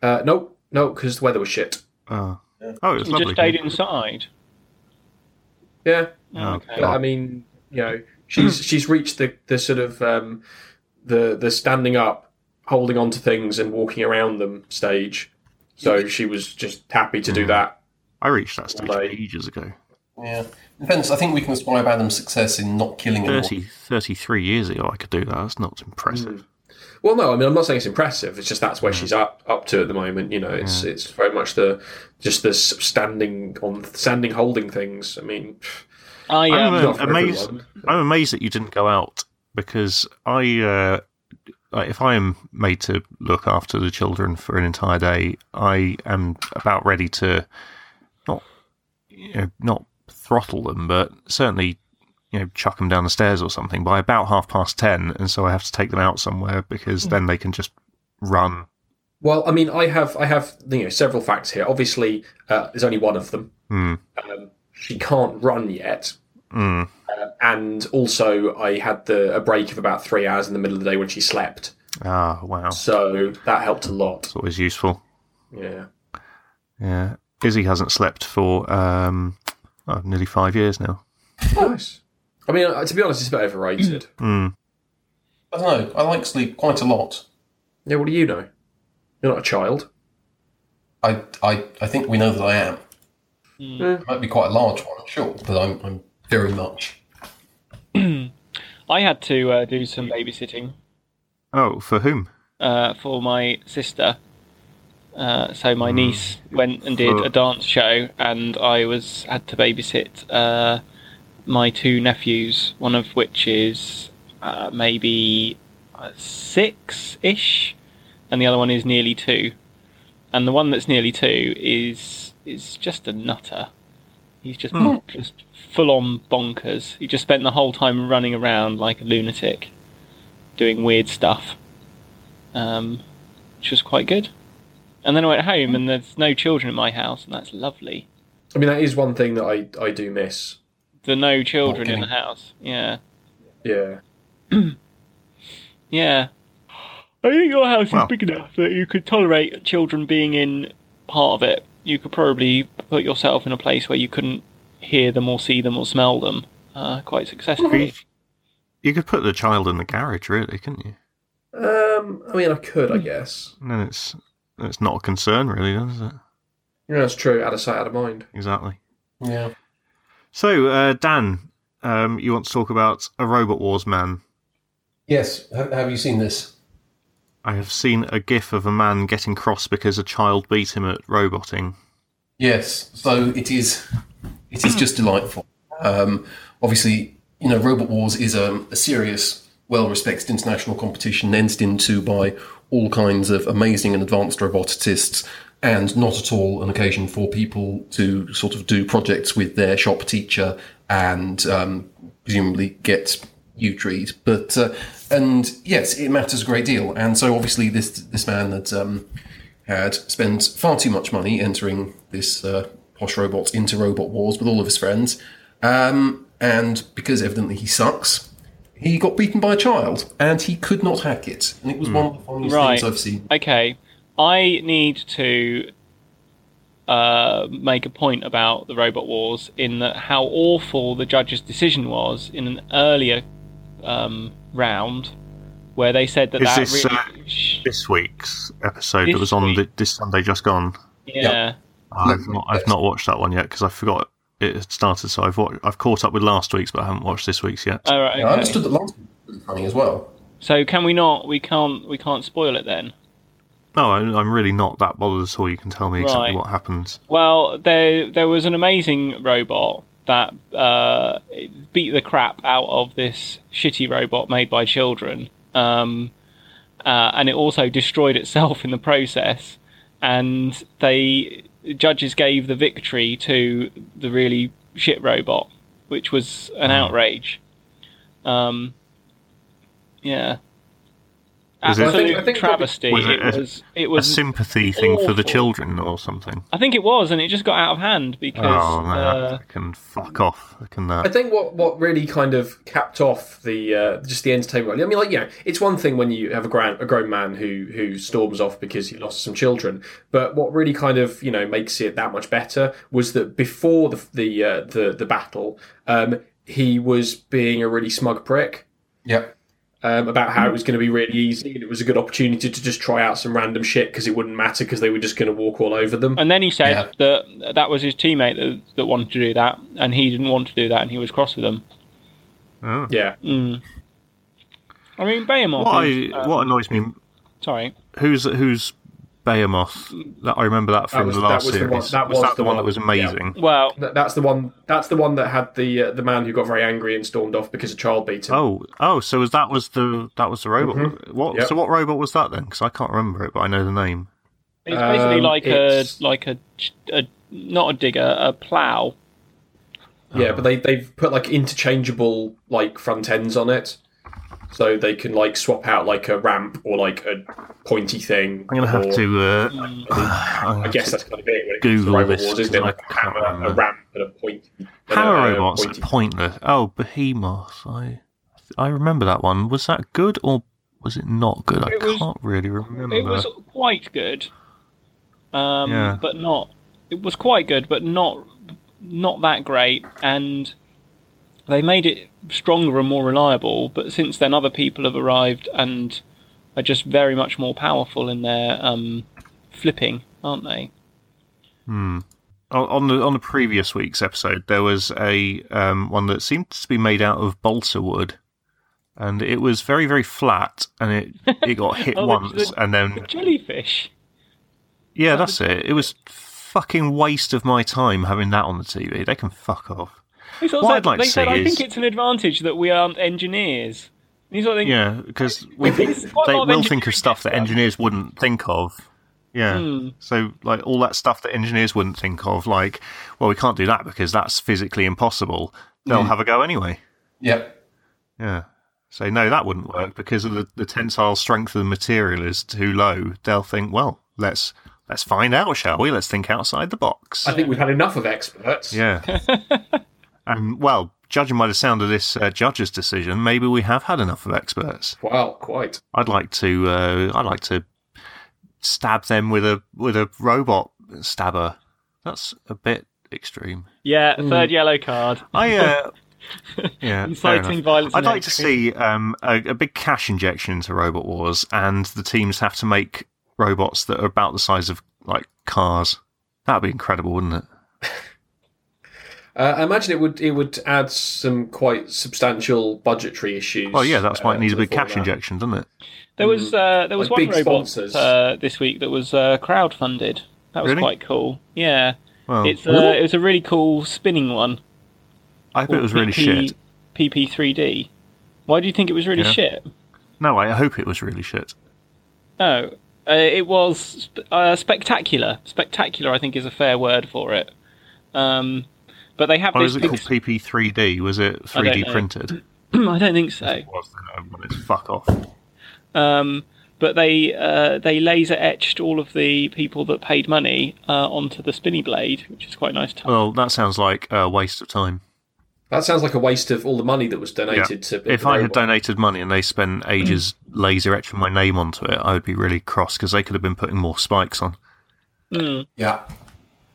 Speaker 6: Uh, no, no, because the weather was shit.
Speaker 4: Uh, oh, it was
Speaker 3: You
Speaker 4: lovely.
Speaker 3: just stayed inside.
Speaker 6: Yeah,
Speaker 4: Oh,
Speaker 3: Okay.
Speaker 6: but, I mean, you know, she's she's reached the the sort of um, the the standing up, holding on to things and walking around them stage. So she was just happy to do that.
Speaker 4: I reached that stage
Speaker 6: Although-
Speaker 4: ages ago.
Speaker 5: Yeah. Depends. I think we can ascribe Adam's success in not killing anyone.
Speaker 4: 30, 33 years ago, I could do that. That's not impressive.
Speaker 6: Well, no, I mean, I'm not saying it's impressive. It's just that's where she's up up to at the moment. You know, it's it's very much the just the s- standing on standing holding things. I mean, pff,
Speaker 3: I
Speaker 4: I'm,
Speaker 3: um,
Speaker 4: uh,
Speaker 6: not for
Speaker 4: amazed,
Speaker 6: everyone.
Speaker 4: I'm amazed that you didn't go out because I, uh, like, if I am made to look after the children for an entire day, I am about ready to not, you know, not throttle them, but certainly, you know, chuck them down the stairs or something by about half past 10. And so I have to take them out somewhere because then they can just run.
Speaker 6: Well, I mean, I have I have you know several facts here. Obviously, uh, there's only one of them.
Speaker 4: Hmm.
Speaker 6: Um, she can't run yet,
Speaker 4: Mm.
Speaker 6: uh, and also I had the a break of about three hours in the middle of the day when she slept,
Speaker 4: Ah, wow.
Speaker 6: so that helped a lot.
Speaker 4: It's always useful.
Speaker 6: Yeah,
Speaker 4: Yeah. Izzy hasn't slept for um, oh, nearly five years now.
Speaker 6: Oh, nice. I mean, uh, to be honest, it's a bit overrated.
Speaker 4: Mm.
Speaker 5: I don't know. I like sleep quite a lot.
Speaker 6: yeah, what do you know? You're not a child.
Speaker 5: I, I, I think we know that I am.
Speaker 6: Yeah.
Speaker 5: It might be quite a large one, sure, but I'm, I'm very much.
Speaker 3: I had to uh, do some babysitting
Speaker 4: Oh, for whom?
Speaker 3: uh, for my sister. Uh, so my niece went and did
Speaker 4: For-
Speaker 3: a dance show, and I was had to babysit uh, my two nephews, one of which is uh, maybe six ish, and the other one is nearly two. And the one that's nearly two is is just a nutter. He's just just full on bonkers. He just spent the whole time running around like a lunatic, doing weird stuff, um, which was quite good. And then I went home, and there's no children in my house, and that's lovely.
Speaker 6: I mean, that is one thing that I I do miss.
Speaker 3: The no children in
Speaker 5: Okay.
Speaker 3: the house. Yeah,
Speaker 6: Yeah.
Speaker 3: yeah. I think your house
Speaker 4: Well.
Speaker 3: is big enough that you could tolerate children being in part of it. You could probably put yourself in a place where you couldn't hear them or see them or smell them uh, quite successfully.
Speaker 4: You could put the child in the garage, really, couldn't you?
Speaker 6: Um, I mean, I could, I guess.
Speaker 4: And then it's then it's not a concern, really, then, is it?
Speaker 6: Yeah, that's true. Out of sight, out of mind.
Speaker 4: Exactly.
Speaker 5: Yeah.
Speaker 4: So, uh, Dan, um, you want to talk about a Robot Wars man?
Speaker 5: Yes. Have, have you seen this?
Speaker 4: I have seen a gif of a man getting cross because a child beat him at roboting.
Speaker 5: Yes. So it is. It is just delightful. Um, obviously, you know, Robot Wars is um, a serious, well-respected international competition entered into by all kinds of amazing and advanced roboticists, and not at all an occasion for people to sort of do projects with their shop teacher and um, presumably get you treat. But uh, and yes, it matters a great deal. And so obviously, this this man that. Um, had spent far too much money entering this uh, Posh Robots into Robot Wars with all of his friends. Um, and because evidently he sucks, he got beaten by a child and he could not hack it. And it was one of the funniest
Speaker 3: Right.
Speaker 5: things I've seen.
Speaker 3: Okay. I need to uh, make a point about the robot wars in that how awful the judge's decision was in an earlier um, round where they said that
Speaker 4: Is
Speaker 3: that
Speaker 4: this,
Speaker 3: really.
Speaker 4: uh, This week's episode
Speaker 3: This
Speaker 4: that was on
Speaker 3: week.
Speaker 4: th- this Sunday just gone.
Speaker 3: yeah.
Speaker 4: I've not, I've not watched that one yet because I forgot it had started. So I've watched, I've caught up with last week's, but I haven't watched this week's yet.
Speaker 3: All right.
Speaker 5: I
Speaker 3: okay.
Speaker 5: understood that last week was really funny as well.
Speaker 3: So can we not? We can't. We can't spoil it then.
Speaker 4: no, I'm, I'm really not that bothered at all. You can tell me exactly
Speaker 3: Right.
Speaker 4: what happens.
Speaker 3: Well, there there was an amazing robot that uh, beat the crap out of this shitty robot made by children, um, uh, and it also destroyed itself in the process. And they judges gave the victory to the really shit robot, which was
Speaker 4: Hmm.
Speaker 3: an outrage. Um, yeah.
Speaker 4: Was it- I
Speaker 3: Absolute
Speaker 4: think-
Speaker 6: I think probably-
Speaker 3: travesty.
Speaker 4: Was it
Speaker 3: it
Speaker 4: a-
Speaker 3: was. It
Speaker 4: A
Speaker 3: was
Speaker 4: sympathy thing for the
Speaker 3: awful.
Speaker 4: children or something.
Speaker 3: I think it was, and it just got out of hand because
Speaker 4: Oh, man,
Speaker 3: uh,
Speaker 4: that can fuck off. That can
Speaker 6: I
Speaker 4: uh,
Speaker 6: think what, what really kind of capped off the uh, just the entertainment. I mean, like you know, it's one thing when you have a grand a grown man who who storms off because he lost some children, but what really kind of you know makes it that much better was that before the the uh, the, the battle, um, he was being a really smug prick
Speaker 5: Yeah.
Speaker 6: um, about how it was going to be really easy and it was a good opportunity to just try out some random shit because it wouldn't matter because they were just going to walk all over them.
Speaker 3: and then he said
Speaker 5: Yeah.
Speaker 3: that that was his teammate that, that wanted to do that, and he didn't want to do that, and he was cross with them.
Speaker 4: oh.
Speaker 6: yeah,
Speaker 3: Mm. I mean, Behemoth.
Speaker 4: What I,
Speaker 3: is, uh,
Speaker 6: um,
Speaker 4: what annoys me
Speaker 3: Sorry,
Speaker 4: who's who's Behemoth? That I remember that from
Speaker 6: was-
Speaker 4: the last
Speaker 6: that was the
Speaker 4: series.
Speaker 6: one- that was
Speaker 4: that
Speaker 6: the
Speaker 4: the one
Speaker 6: one,
Speaker 4: that was
Speaker 6: yeah.
Speaker 4: amazing?
Speaker 3: well,
Speaker 6: That- that's the one. That's the one that had the uh, the man who got very angry and stormed off because a child beat him.
Speaker 4: Oh, oh, so was that was the that was the robot? What?
Speaker 6: Mm-hmm. Yep.
Speaker 4: So what robot was that then? Because I can't remember it, but I know the name.
Speaker 3: it's basically
Speaker 6: Um,
Speaker 3: like
Speaker 6: it's-
Speaker 3: a like a, a not a digger, a plow.
Speaker 6: Yeah,
Speaker 4: Oh.
Speaker 6: but they they've put like interchangeable like front ends on it, so they can like swap out like a ramp or like a pointy thing.
Speaker 4: I'm gonna have
Speaker 6: or- mm,
Speaker 4: to. Uh, I'm gonna
Speaker 6: I
Speaker 4: have
Speaker 6: guess
Speaker 4: to-
Speaker 6: that's kind of it. When it comes
Speaker 4: Google
Speaker 6: to robot
Speaker 4: this,
Speaker 6: wars, isn't
Speaker 4: 'cause
Speaker 6: it?
Speaker 4: I
Speaker 6: Like a
Speaker 4: can't
Speaker 6: hammer, a
Speaker 4: remember.
Speaker 6: ramp, and a pointy. and a-
Speaker 4: Power
Speaker 6: a
Speaker 4: robots are
Speaker 6: uh, pointy-
Speaker 4: pointless. Oh, Behemoth. I I remember that one. Was that good or was it not good? I
Speaker 3: It was-
Speaker 4: can't really remember.
Speaker 3: It was quite good, um,
Speaker 4: Yeah.
Speaker 3: but not. It was quite good, but not not that great. And they made it stronger and more reliable. But since then, other people have arrived and are just very much more powerful in their um, flipping, aren't they?
Speaker 4: on on the on the previous week's episode, there was a um, one that seemed to be made out of balsa wood, and it was very very flat, and it it got hit
Speaker 3: Oh, the-
Speaker 4: once,
Speaker 3: the-
Speaker 4: and then
Speaker 3: Jellyfish.
Speaker 4: yeah, that's it. It was fucking waste of my time having that on the TV. They can fuck off.
Speaker 3: They sort of
Speaker 4: What I'd
Speaker 3: said,
Speaker 4: like to
Speaker 3: they said
Speaker 4: see
Speaker 3: I
Speaker 4: is-
Speaker 3: think it's an advantage that we aren't engineers. And you sort of think,
Speaker 4: Yeah, because we think,
Speaker 3: It's quite a
Speaker 4: they
Speaker 3: lot of
Speaker 4: will think of stuff that
Speaker 3: engineering Hmm.
Speaker 4: engineers wouldn't think of. Yeah. So like all that stuff that engineers wouldn't think of, like, well, we can't do that because that's physically impossible. They'll
Speaker 3: Hmm.
Speaker 4: have a go anyway.
Speaker 5: Yeah.
Speaker 4: Yeah. So no, that wouldn't work because of the, the tensile strength of the material is too low. They'll think, well, let's let's find out, shall we? Let's think outside the box.
Speaker 6: I think we've had enough of experts.
Speaker 4: Yeah. and well, judging by the sound of this uh, judge's decision, maybe we have had enough of experts.
Speaker 6: Wow, quite.
Speaker 4: I'd like to uh, I'd like to stab them with a with a robot stabber. That's a bit extreme.
Speaker 3: yeah, third yellow card.
Speaker 4: I uh, yeah, Mm. fair
Speaker 3: Inciting
Speaker 4: enough.
Speaker 3: violence
Speaker 4: I'd
Speaker 3: and
Speaker 4: like to
Speaker 3: hatred.
Speaker 4: see um, a, a big cash injection into Robot Wars, and the teams have to make robots that are about the size of like cars. That'd be incredible, wouldn't it?
Speaker 6: Uh, I imagine it would it would add some quite substantial budgetary issues.
Speaker 4: Oh yeah, that's why
Speaker 6: uh,
Speaker 4: it needs a
Speaker 6: to the
Speaker 4: big cash
Speaker 6: format.
Speaker 4: injection, doesn't it?
Speaker 3: There was uh, there was
Speaker 6: Like
Speaker 3: one
Speaker 6: big
Speaker 3: robot
Speaker 6: sponsors.
Speaker 3: uh, this week that was uh, crowdfunded. That was
Speaker 4: Really? Oh,
Speaker 3: quite cool. Yeah,
Speaker 4: Well,
Speaker 3: it's uh, it was a really cool spinning one.
Speaker 4: I hope it was really shit.
Speaker 3: PP3D. Why do you think it was really
Speaker 4: Yeah.
Speaker 3: shit?
Speaker 4: No, I hope it was really shit.
Speaker 3: No, uh, it was sp- uh, spectacular. Spectacular, I think, is a fair word for it. Um, but they have
Speaker 4: Why
Speaker 3: this.
Speaker 4: was it
Speaker 3: big
Speaker 4: called PP3D? Was it 3D
Speaker 3: know.
Speaker 4: printed? uh,
Speaker 3: I don't think so.
Speaker 4: Was then I wanted to fuck off.
Speaker 3: Um, but they uh, they laser etched all of the people that paid money uh, onto the spinny blade, which is quite a nice. touch.
Speaker 4: Well, that sounds like a waste of time.
Speaker 6: That sounds like a waste of all the money that was donated to.
Speaker 4: If
Speaker 6: the
Speaker 4: I had
Speaker 6: robot.
Speaker 4: donated money and they spent ages laser etching my name onto it, I would be really cross because they could have been putting more spikes on.
Speaker 5: Yeah.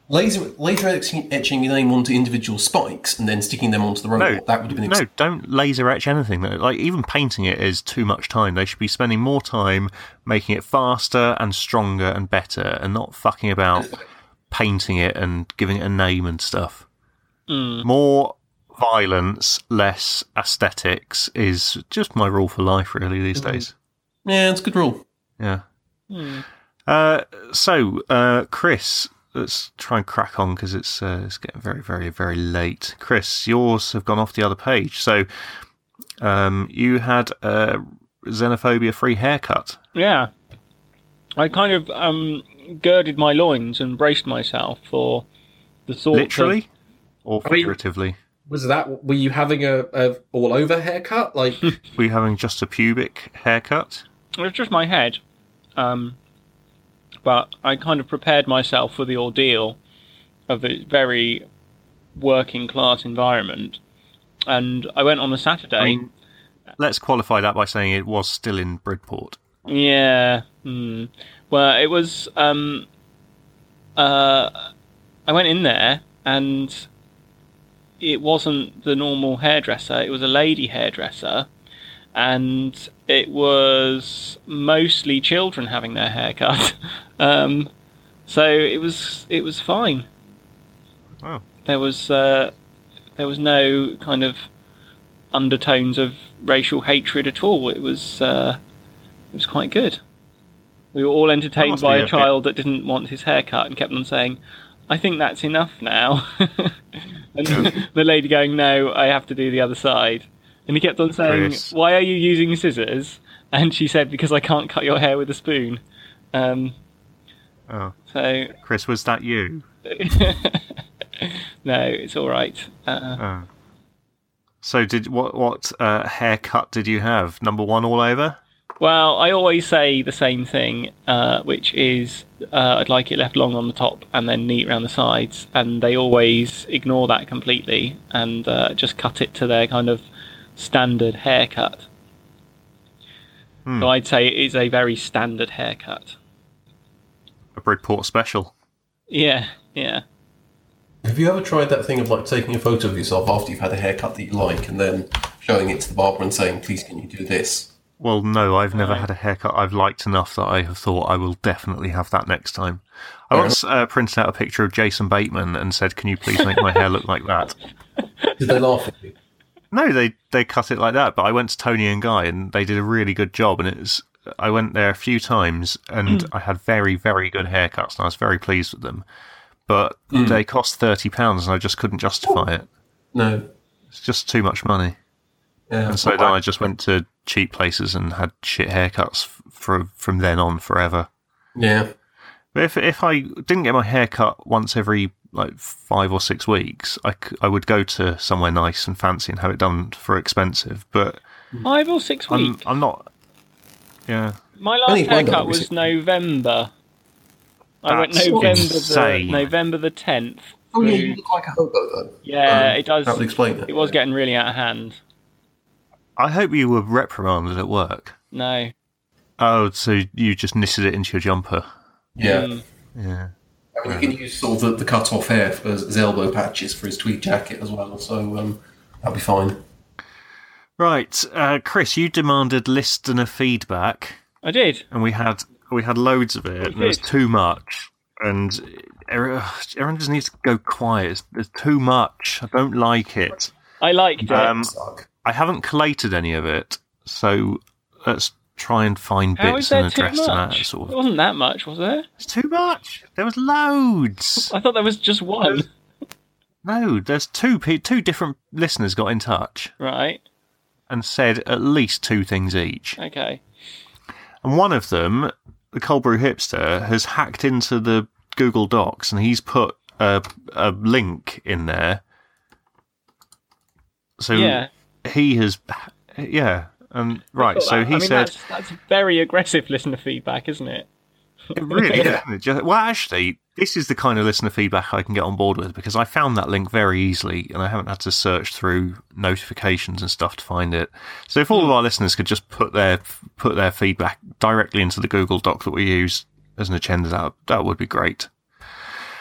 Speaker 5: Laser laser etching, etching your name onto individual spikes and then sticking them onto the robot.
Speaker 4: No,
Speaker 5: that would have been
Speaker 4: no. Don't laser etch anything. though. Like even painting it is too much time. They should be spending more time making it faster and stronger and better, and not fucking about painting it and giving it a name and stuff. More violence, less aesthetics is just my rule for life. Really, these days.
Speaker 5: Yeah, it's a good rule.
Speaker 4: Yeah. Uh, so, uh, Chris, let's try and crack on because it's uh, it's getting very, very, very late. Chris, yours have gone off the other page. So, um, you had a xenophobia-free haircut.
Speaker 3: Yeah, I kind of um, girded my loins and braced myself for the thought.
Speaker 4: Literally
Speaker 3: of,
Speaker 4: or
Speaker 6: mean-
Speaker 4: figuratively?
Speaker 6: was that? Were you having a, a all over haircut? Like,
Speaker 4: Were you having just a pubic haircut?
Speaker 3: it was just my head, um, but I kind of prepared myself for the ordeal of the very working class environment, and I went on a Saturday.
Speaker 4: I mean, let's qualify that by saying it was still in Bridport.
Speaker 3: Yeah. Hmm. Well, it was. Um, uh, I went in there and it wasn't the normal hairdresser. It was a lady hairdresser, and it was mostly children having their hair cut. um, so it was it was fine.
Speaker 4: Wow.
Speaker 3: There was uh, there was no kind of undertones of racial hatred at all. It was. Uh, it was quite good. We were all
Speaker 4: That
Speaker 3: entertained
Speaker 4: must
Speaker 3: by
Speaker 4: be
Speaker 3: a
Speaker 4: okay.
Speaker 3: child that didn't want his haircut and kept on saying, I think that's enough now. and the lady going, No, I have to do the other side. And he kept on saying,
Speaker 4: Chris.
Speaker 3: Why are you using scissors? And she said, Because I can't cut your hair with a spoon. Um,
Speaker 4: Oh.
Speaker 3: So,
Speaker 4: Chris, was that you?
Speaker 3: no, it's all right. Uh,
Speaker 4: Oh. So did what? What uh, haircut did you have? Number one all over.
Speaker 3: well, I always say the same thing, uh, which is uh, I'd like it left long on the top and then neat round the sides, and they always ignore that completely and uh, just cut it to their kind of standard haircut. So I'd say it is a very standard haircut.
Speaker 4: A Bridport special.
Speaker 3: Yeah, yeah.
Speaker 5: Have you ever tried that thing of like taking a photo of yourself after you've had a haircut that you like and then showing it to the barber and saying, please, can you do this?
Speaker 4: Well, no, I've never had a haircut I've liked enough that I have thought I will definitely have that next time. I once uh, printed out a picture of Jason Bateman and said, "Can you please make my hair look like that?"
Speaker 5: Did they laugh at you?
Speaker 4: No, they they cut it like that. But I went to Tony and Guy, and they did a really good job. And it's I went there a few times, and I had very very good haircuts, and I was very pleased with them. But they cost thirty pounds, and I just couldn't justify it.
Speaker 5: No.
Speaker 4: It's just too much money.
Speaker 5: Yeah.
Speaker 4: And so then I just went to cheap places and had shit haircuts f- for, from then on forever.
Speaker 5: yeah.
Speaker 4: But if if I didn't get my hair cut once every like five or six weeks, I, c- I would go to somewhere nice and fancy and have it done for expensive. But
Speaker 3: Five or six
Speaker 4: Hmm. I'm
Speaker 3: weeks.
Speaker 4: I'm not. Yeah,
Speaker 3: My
Speaker 5: I
Speaker 3: last
Speaker 5: think mine got
Speaker 3: haircut was
Speaker 5: recent.
Speaker 3: November. I went
Speaker 4: That's
Speaker 3: November the,
Speaker 4: insane.
Speaker 3: November the tenth.
Speaker 5: Oh, yeah, you look like a hobo, though.
Speaker 3: Yeah,
Speaker 4: Oh,
Speaker 5: Um,
Speaker 3: it does.
Speaker 5: That would explain it.
Speaker 3: It was getting really out of hand.
Speaker 4: I hope you were reprimanded at work.
Speaker 3: No,
Speaker 4: Oh, so you just knitted it into your jumper?
Speaker 5: Yeah.
Speaker 4: Yeah.
Speaker 5: I mean, you can use sort of the, the cut off hair for, as, as elbow patches for his tweed jacket as well, so um, that'll be fine.
Speaker 4: Right, uh, Chris, you demanded listener feedback.
Speaker 3: I did.
Speaker 4: and we had we had loads of it. And it was
Speaker 3: did.
Speaker 4: too much, and everyone everyone just needs to go quiet. It's- There's too much. I don't like it.
Speaker 3: I liked it.
Speaker 4: Um,
Speaker 5: Suck.
Speaker 4: I haven't collated any of it, so let's try and find
Speaker 3: How is
Speaker 4: bits
Speaker 3: there
Speaker 4: and
Speaker 3: too
Speaker 4: address to that
Speaker 3: much?
Speaker 4: sort
Speaker 3: It
Speaker 4: of.
Speaker 3: wasn't that much, was there?
Speaker 4: It's too much. There was loads.
Speaker 3: I thought there was just one.
Speaker 4: Um, No, there's two pe- two different listeners got in touch
Speaker 3: Right.
Speaker 4: and said at least two things each.
Speaker 3: Okay.
Speaker 4: And one of them, the cold brew hipster, has hacked into the Google Docs and he's put a, a link in there. So
Speaker 3: Yeah.
Speaker 4: he has, yeah. Um, right, so he
Speaker 3: I mean,
Speaker 4: said,
Speaker 3: that's, that's very aggressive listener feedback, isn't it?
Speaker 4: It really isn't it? Just- well, actually, this is the kind of listener feedback I can get on board with because I found that link very easily and I haven't had to search through notifications and stuff to find it. So if all of our listeners could just put their put their feedback directly into the Google Doc that we use as an agenda, that, that would be great.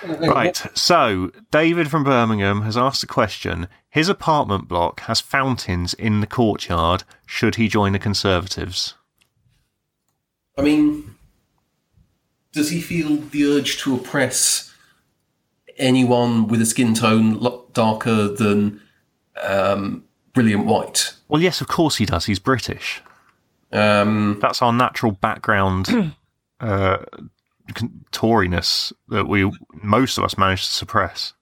Speaker 4: Right, so David from Birmingham has asked a question. His apartment block has fountains in the courtyard. Should he join the Conservatives?
Speaker 5: I mean, does he feel the urge to oppress anyone with a skin tone lo- darker than um, brilliant white?
Speaker 4: Well, yes, of course he does. He's British.
Speaker 5: Um,
Speaker 4: that's our natural background uh, con- Toriness that we most of us managed to suppress.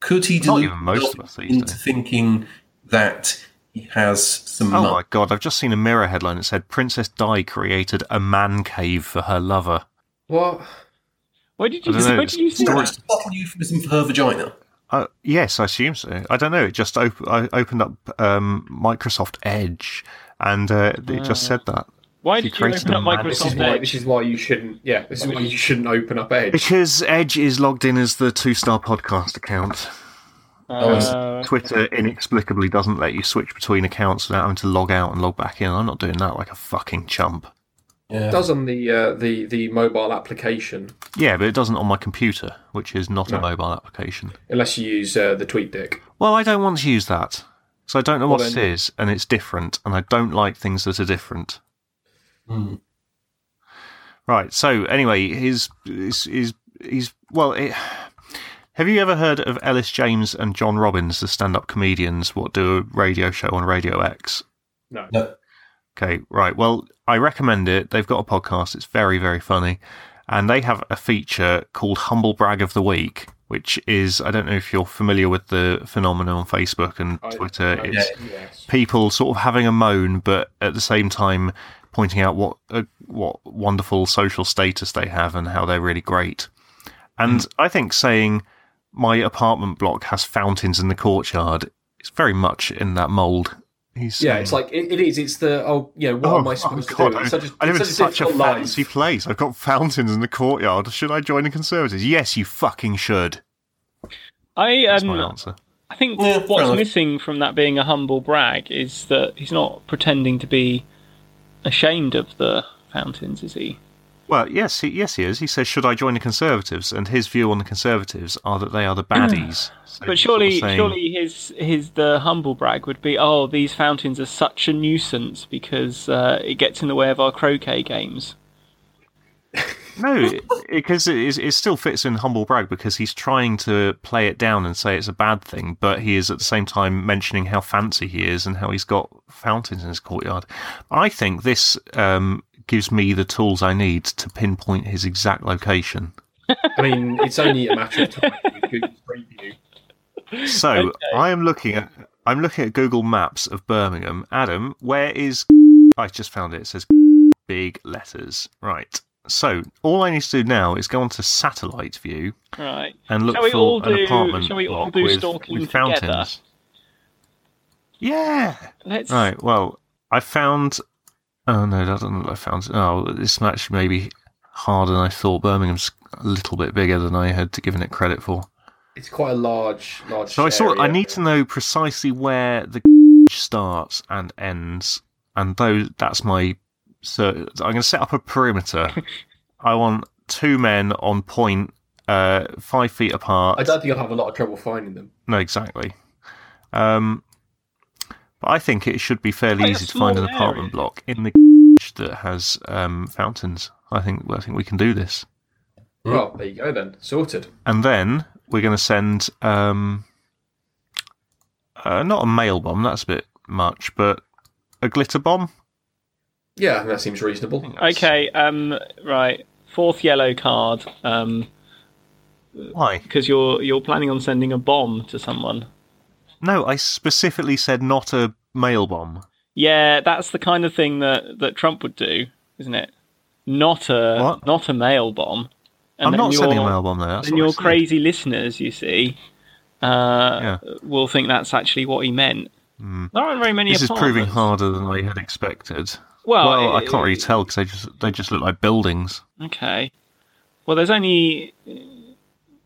Speaker 5: could he
Speaker 4: Not
Speaker 5: delude
Speaker 4: even most of us
Speaker 5: himself
Speaker 4: these
Speaker 5: into
Speaker 4: days.
Speaker 5: thinking that he has some
Speaker 4: Oh
Speaker 5: money?
Speaker 4: my god! I've just seen a mirror headline that said Princess Di created a man cave for her lover.
Speaker 6: What?
Speaker 3: Where did
Speaker 4: I
Speaker 3: you
Speaker 4: don't know,
Speaker 3: where did you see
Speaker 4: story-
Speaker 3: that?
Speaker 5: That's a subtle euphemism for her vagina.
Speaker 4: Uh, yes, I assume so. I don't know. It just op- I opened up um, Microsoft Edge, and uh, it just said that
Speaker 3: Why
Speaker 4: She
Speaker 3: did you
Speaker 4: created
Speaker 3: open
Speaker 4: a
Speaker 3: up
Speaker 4: mad-
Speaker 6: This is
Speaker 3: Microsoft
Speaker 6: why.
Speaker 3: Edge?
Speaker 6: This is why you shouldn't. Yeah, this is why you shouldn't open up Edge.
Speaker 4: because Edge is logged in as the Two Star Podcast account.
Speaker 3: Uh,
Speaker 4: Twitter inexplicably doesn't let you switch between accounts without having to log out and log back in. I'm not doing that like a fucking chump.
Speaker 5: Yeah.
Speaker 6: It does on the uh, the the mobile application,
Speaker 4: Yeah, but it doesn't on my computer, which is not a mobile application.
Speaker 6: unless you use uh, the tweet deck.
Speaker 4: Well, I don't want to use that. So I don't know what
Speaker 6: Well,
Speaker 4: it
Speaker 6: then-
Speaker 4: is, and it's different, and I don't like things that are different.
Speaker 6: Hmm.
Speaker 4: Right. So anyway, his is is he's well. It, have you ever heard of Ellis James and John Robbins, the stand-up comedians, what do a radio show on Radio X?
Speaker 6: No.
Speaker 5: No.
Speaker 4: Okay, right. Well, I recommend it. They've got a podcast. It's very, very funny. And they have a feature called Humble Brag of the Week, which is, I don't know if you're familiar with the phenomenon on Facebook and Twitter.
Speaker 6: I-
Speaker 4: it's
Speaker 6: yes.
Speaker 4: people sort of having a moan, but at the same time pointing out what uh, what wonderful social status they have and how they're really great. And
Speaker 6: Hmm.
Speaker 4: I think saying my apartment block has fountains in the courtyard is very much in that mold. He's
Speaker 6: Yeah,
Speaker 4: saying-
Speaker 6: it's like it, it is. It's the oh, you know, what am I supposed
Speaker 4: God,
Speaker 6: to do?
Speaker 4: I,
Speaker 6: It's such a,
Speaker 4: I live in
Speaker 6: it's
Speaker 4: such a
Speaker 6: difficult life.
Speaker 4: fancy place. I've got fountains in the courtyard. Should I join the Conservatives? Yes, you fucking should.
Speaker 3: I
Speaker 4: That's my
Speaker 3: um,
Speaker 4: answer.
Speaker 3: I think
Speaker 5: Yeah, fair
Speaker 3: what's
Speaker 5: enough.
Speaker 3: missing from that being a humble brag is that he's not pretending to be ashamed of the fountains, is he?
Speaker 4: Well, yes, he, yes, he is. He says, "Should I join the Conservatives?" And his view on the Conservatives are that they are the baddies. So
Speaker 3: Mm. But
Speaker 4: he's sort of
Speaker 3: surely,
Speaker 4: saying-
Speaker 3: surely his his the humble brag would be, oh, these fountains are such a nuisance because uh, it gets in the way of our croquet games.
Speaker 4: no, because it, is- it still fits in humble brag because he's trying to play it down and say it's a bad thing, but he is at the same time mentioning how fancy he is and how he's got fountains in his courtyard. I think this um, gives me the tools I need to pinpoint his exact location.
Speaker 6: I mean, it's only a matter of time. with Google Street View.
Speaker 4: So I am looking at I'm looking at Google Maps of Birmingham. Adam, where is? I just found it. It says big letters. Right. So all I need to do now is go onto satellite view
Speaker 3: Right.
Speaker 4: and look
Speaker 3: Shall we
Speaker 4: for
Speaker 3: all
Speaker 4: an
Speaker 3: do-
Speaker 4: apartment
Speaker 3: shall we all
Speaker 4: block
Speaker 3: do
Speaker 4: with,
Speaker 3: stalking
Speaker 4: with
Speaker 3: together?
Speaker 4: fountains. Yeah.
Speaker 3: Let's.
Speaker 4: Right. Well, I found. Oh no, that doesn't look like found. Oh, this match may be harder than I thought. Birmingham's a little bit bigger than I had given it credit for.
Speaker 6: It's quite a large, large.
Speaker 4: So I sort. I
Speaker 6: area.
Speaker 4: need to know precisely where the starts and ends, and those. That's my. So I'm going to set up a perimeter. I want two men on point, uh, five feet apart.
Speaker 6: I don't think I'll have a lot of trouble finding them.
Speaker 4: No, exactly. Um, but I think it should be fairly
Speaker 3: Quite a
Speaker 4: easy to find an
Speaker 3: small
Speaker 4: apartment
Speaker 3: area.
Speaker 4: block in the that has um, fountains. I think I think we can do this.
Speaker 6: Well, there you go then. Sorted.
Speaker 4: And then we're going to send um, uh, not a mail bomb. That's a bit much, but a glitter bomb.
Speaker 6: Yeah, that seems reasonable.
Speaker 3: Okay. Um. Right. Fourth yellow card. Um.
Speaker 4: Why?
Speaker 3: Because you're you're planning on sending a bomb to someone.
Speaker 4: No, I specifically said not a mail bomb.
Speaker 3: Yeah, that's the kind of thing that that Trump would do, isn't it? Not a
Speaker 4: What?
Speaker 3: not a mail bomb. And
Speaker 4: I'm
Speaker 3: then
Speaker 4: not
Speaker 3: your-
Speaker 4: sending a mail bomb though. That's
Speaker 3: Then
Speaker 4: what I
Speaker 3: your
Speaker 4: said.
Speaker 3: crazy listeners, you see, uh,
Speaker 4: Yeah. Hmm.
Speaker 3: will think that's actually what he meant. There aren't very many.
Speaker 4: This is proving
Speaker 3: apartments.
Speaker 4: harder than I had expected.
Speaker 3: Well,
Speaker 4: Well, I
Speaker 3: it-
Speaker 4: can't really tell because they just they just look like buildings.
Speaker 3: Okay. Well, there's only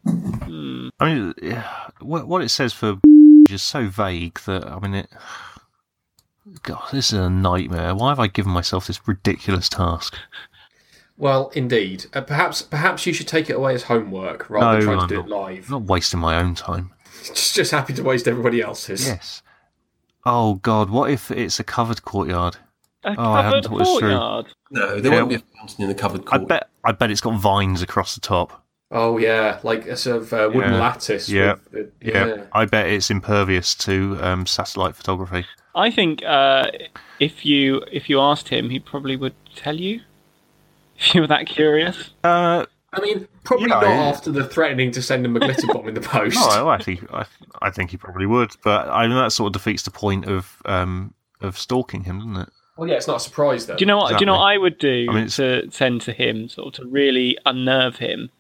Speaker 4: I mean, yeah, what what it says for is so vague that I mean it. God, this is a nightmare. Why have I given myself this ridiculous task?
Speaker 6: Well, indeed. Uh, perhaps perhaps you should take it away as homework rather than
Speaker 4: No,
Speaker 6: trying
Speaker 4: I'm
Speaker 6: to do
Speaker 4: not.
Speaker 6: it live.
Speaker 4: I'm not wasting my own time.
Speaker 6: Just, just happy to waste everybody else's.
Speaker 4: Yes. Oh God, what if it's a covered courtyard?
Speaker 3: a
Speaker 4: Oh, I
Speaker 3: covered
Speaker 4: haven't thought this through.
Speaker 3: courtyard.
Speaker 5: No, there
Speaker 4: Yeah.
Speaker 5: won't be a fountain in the covered
Speaker 4: I
Speaker 5: court.
Speaker 4: bet I bet it's got vines across the top.
Speaker 6: Oh yeah, like a sort of uh, wooden
Speaker 4: Yeah.
Speaker 6: lattice.
Speaker 4: Yeah.
Speaker 6: with- with-
Speaker 4: Yeah. I bet it's impervious to um, satellite photography.
Speaker 3: I think uh, if you if you asked him, he probably would tell you. If you were that curious,
Speaker 4: Uh,
Speaker 6: I mean, probably
Speaker 4: Yeah,
Speaker 6: not
Speaker 4: yeah.
Speaker 6: after the threatening to send him a glitter bomb in the post.
Speaker 4: No, I actually, I, I think he probably would, but I mean that sort of defeats the point of um of stalking him, doesn't it?
Speaker 6: Well, yeah, it's not a surprise though.
Speaker 3: do you know what? Do you know what I would do
Speaker 4: I mean, it's-
Speaker 3: to send to him, sort of to really unnerve him?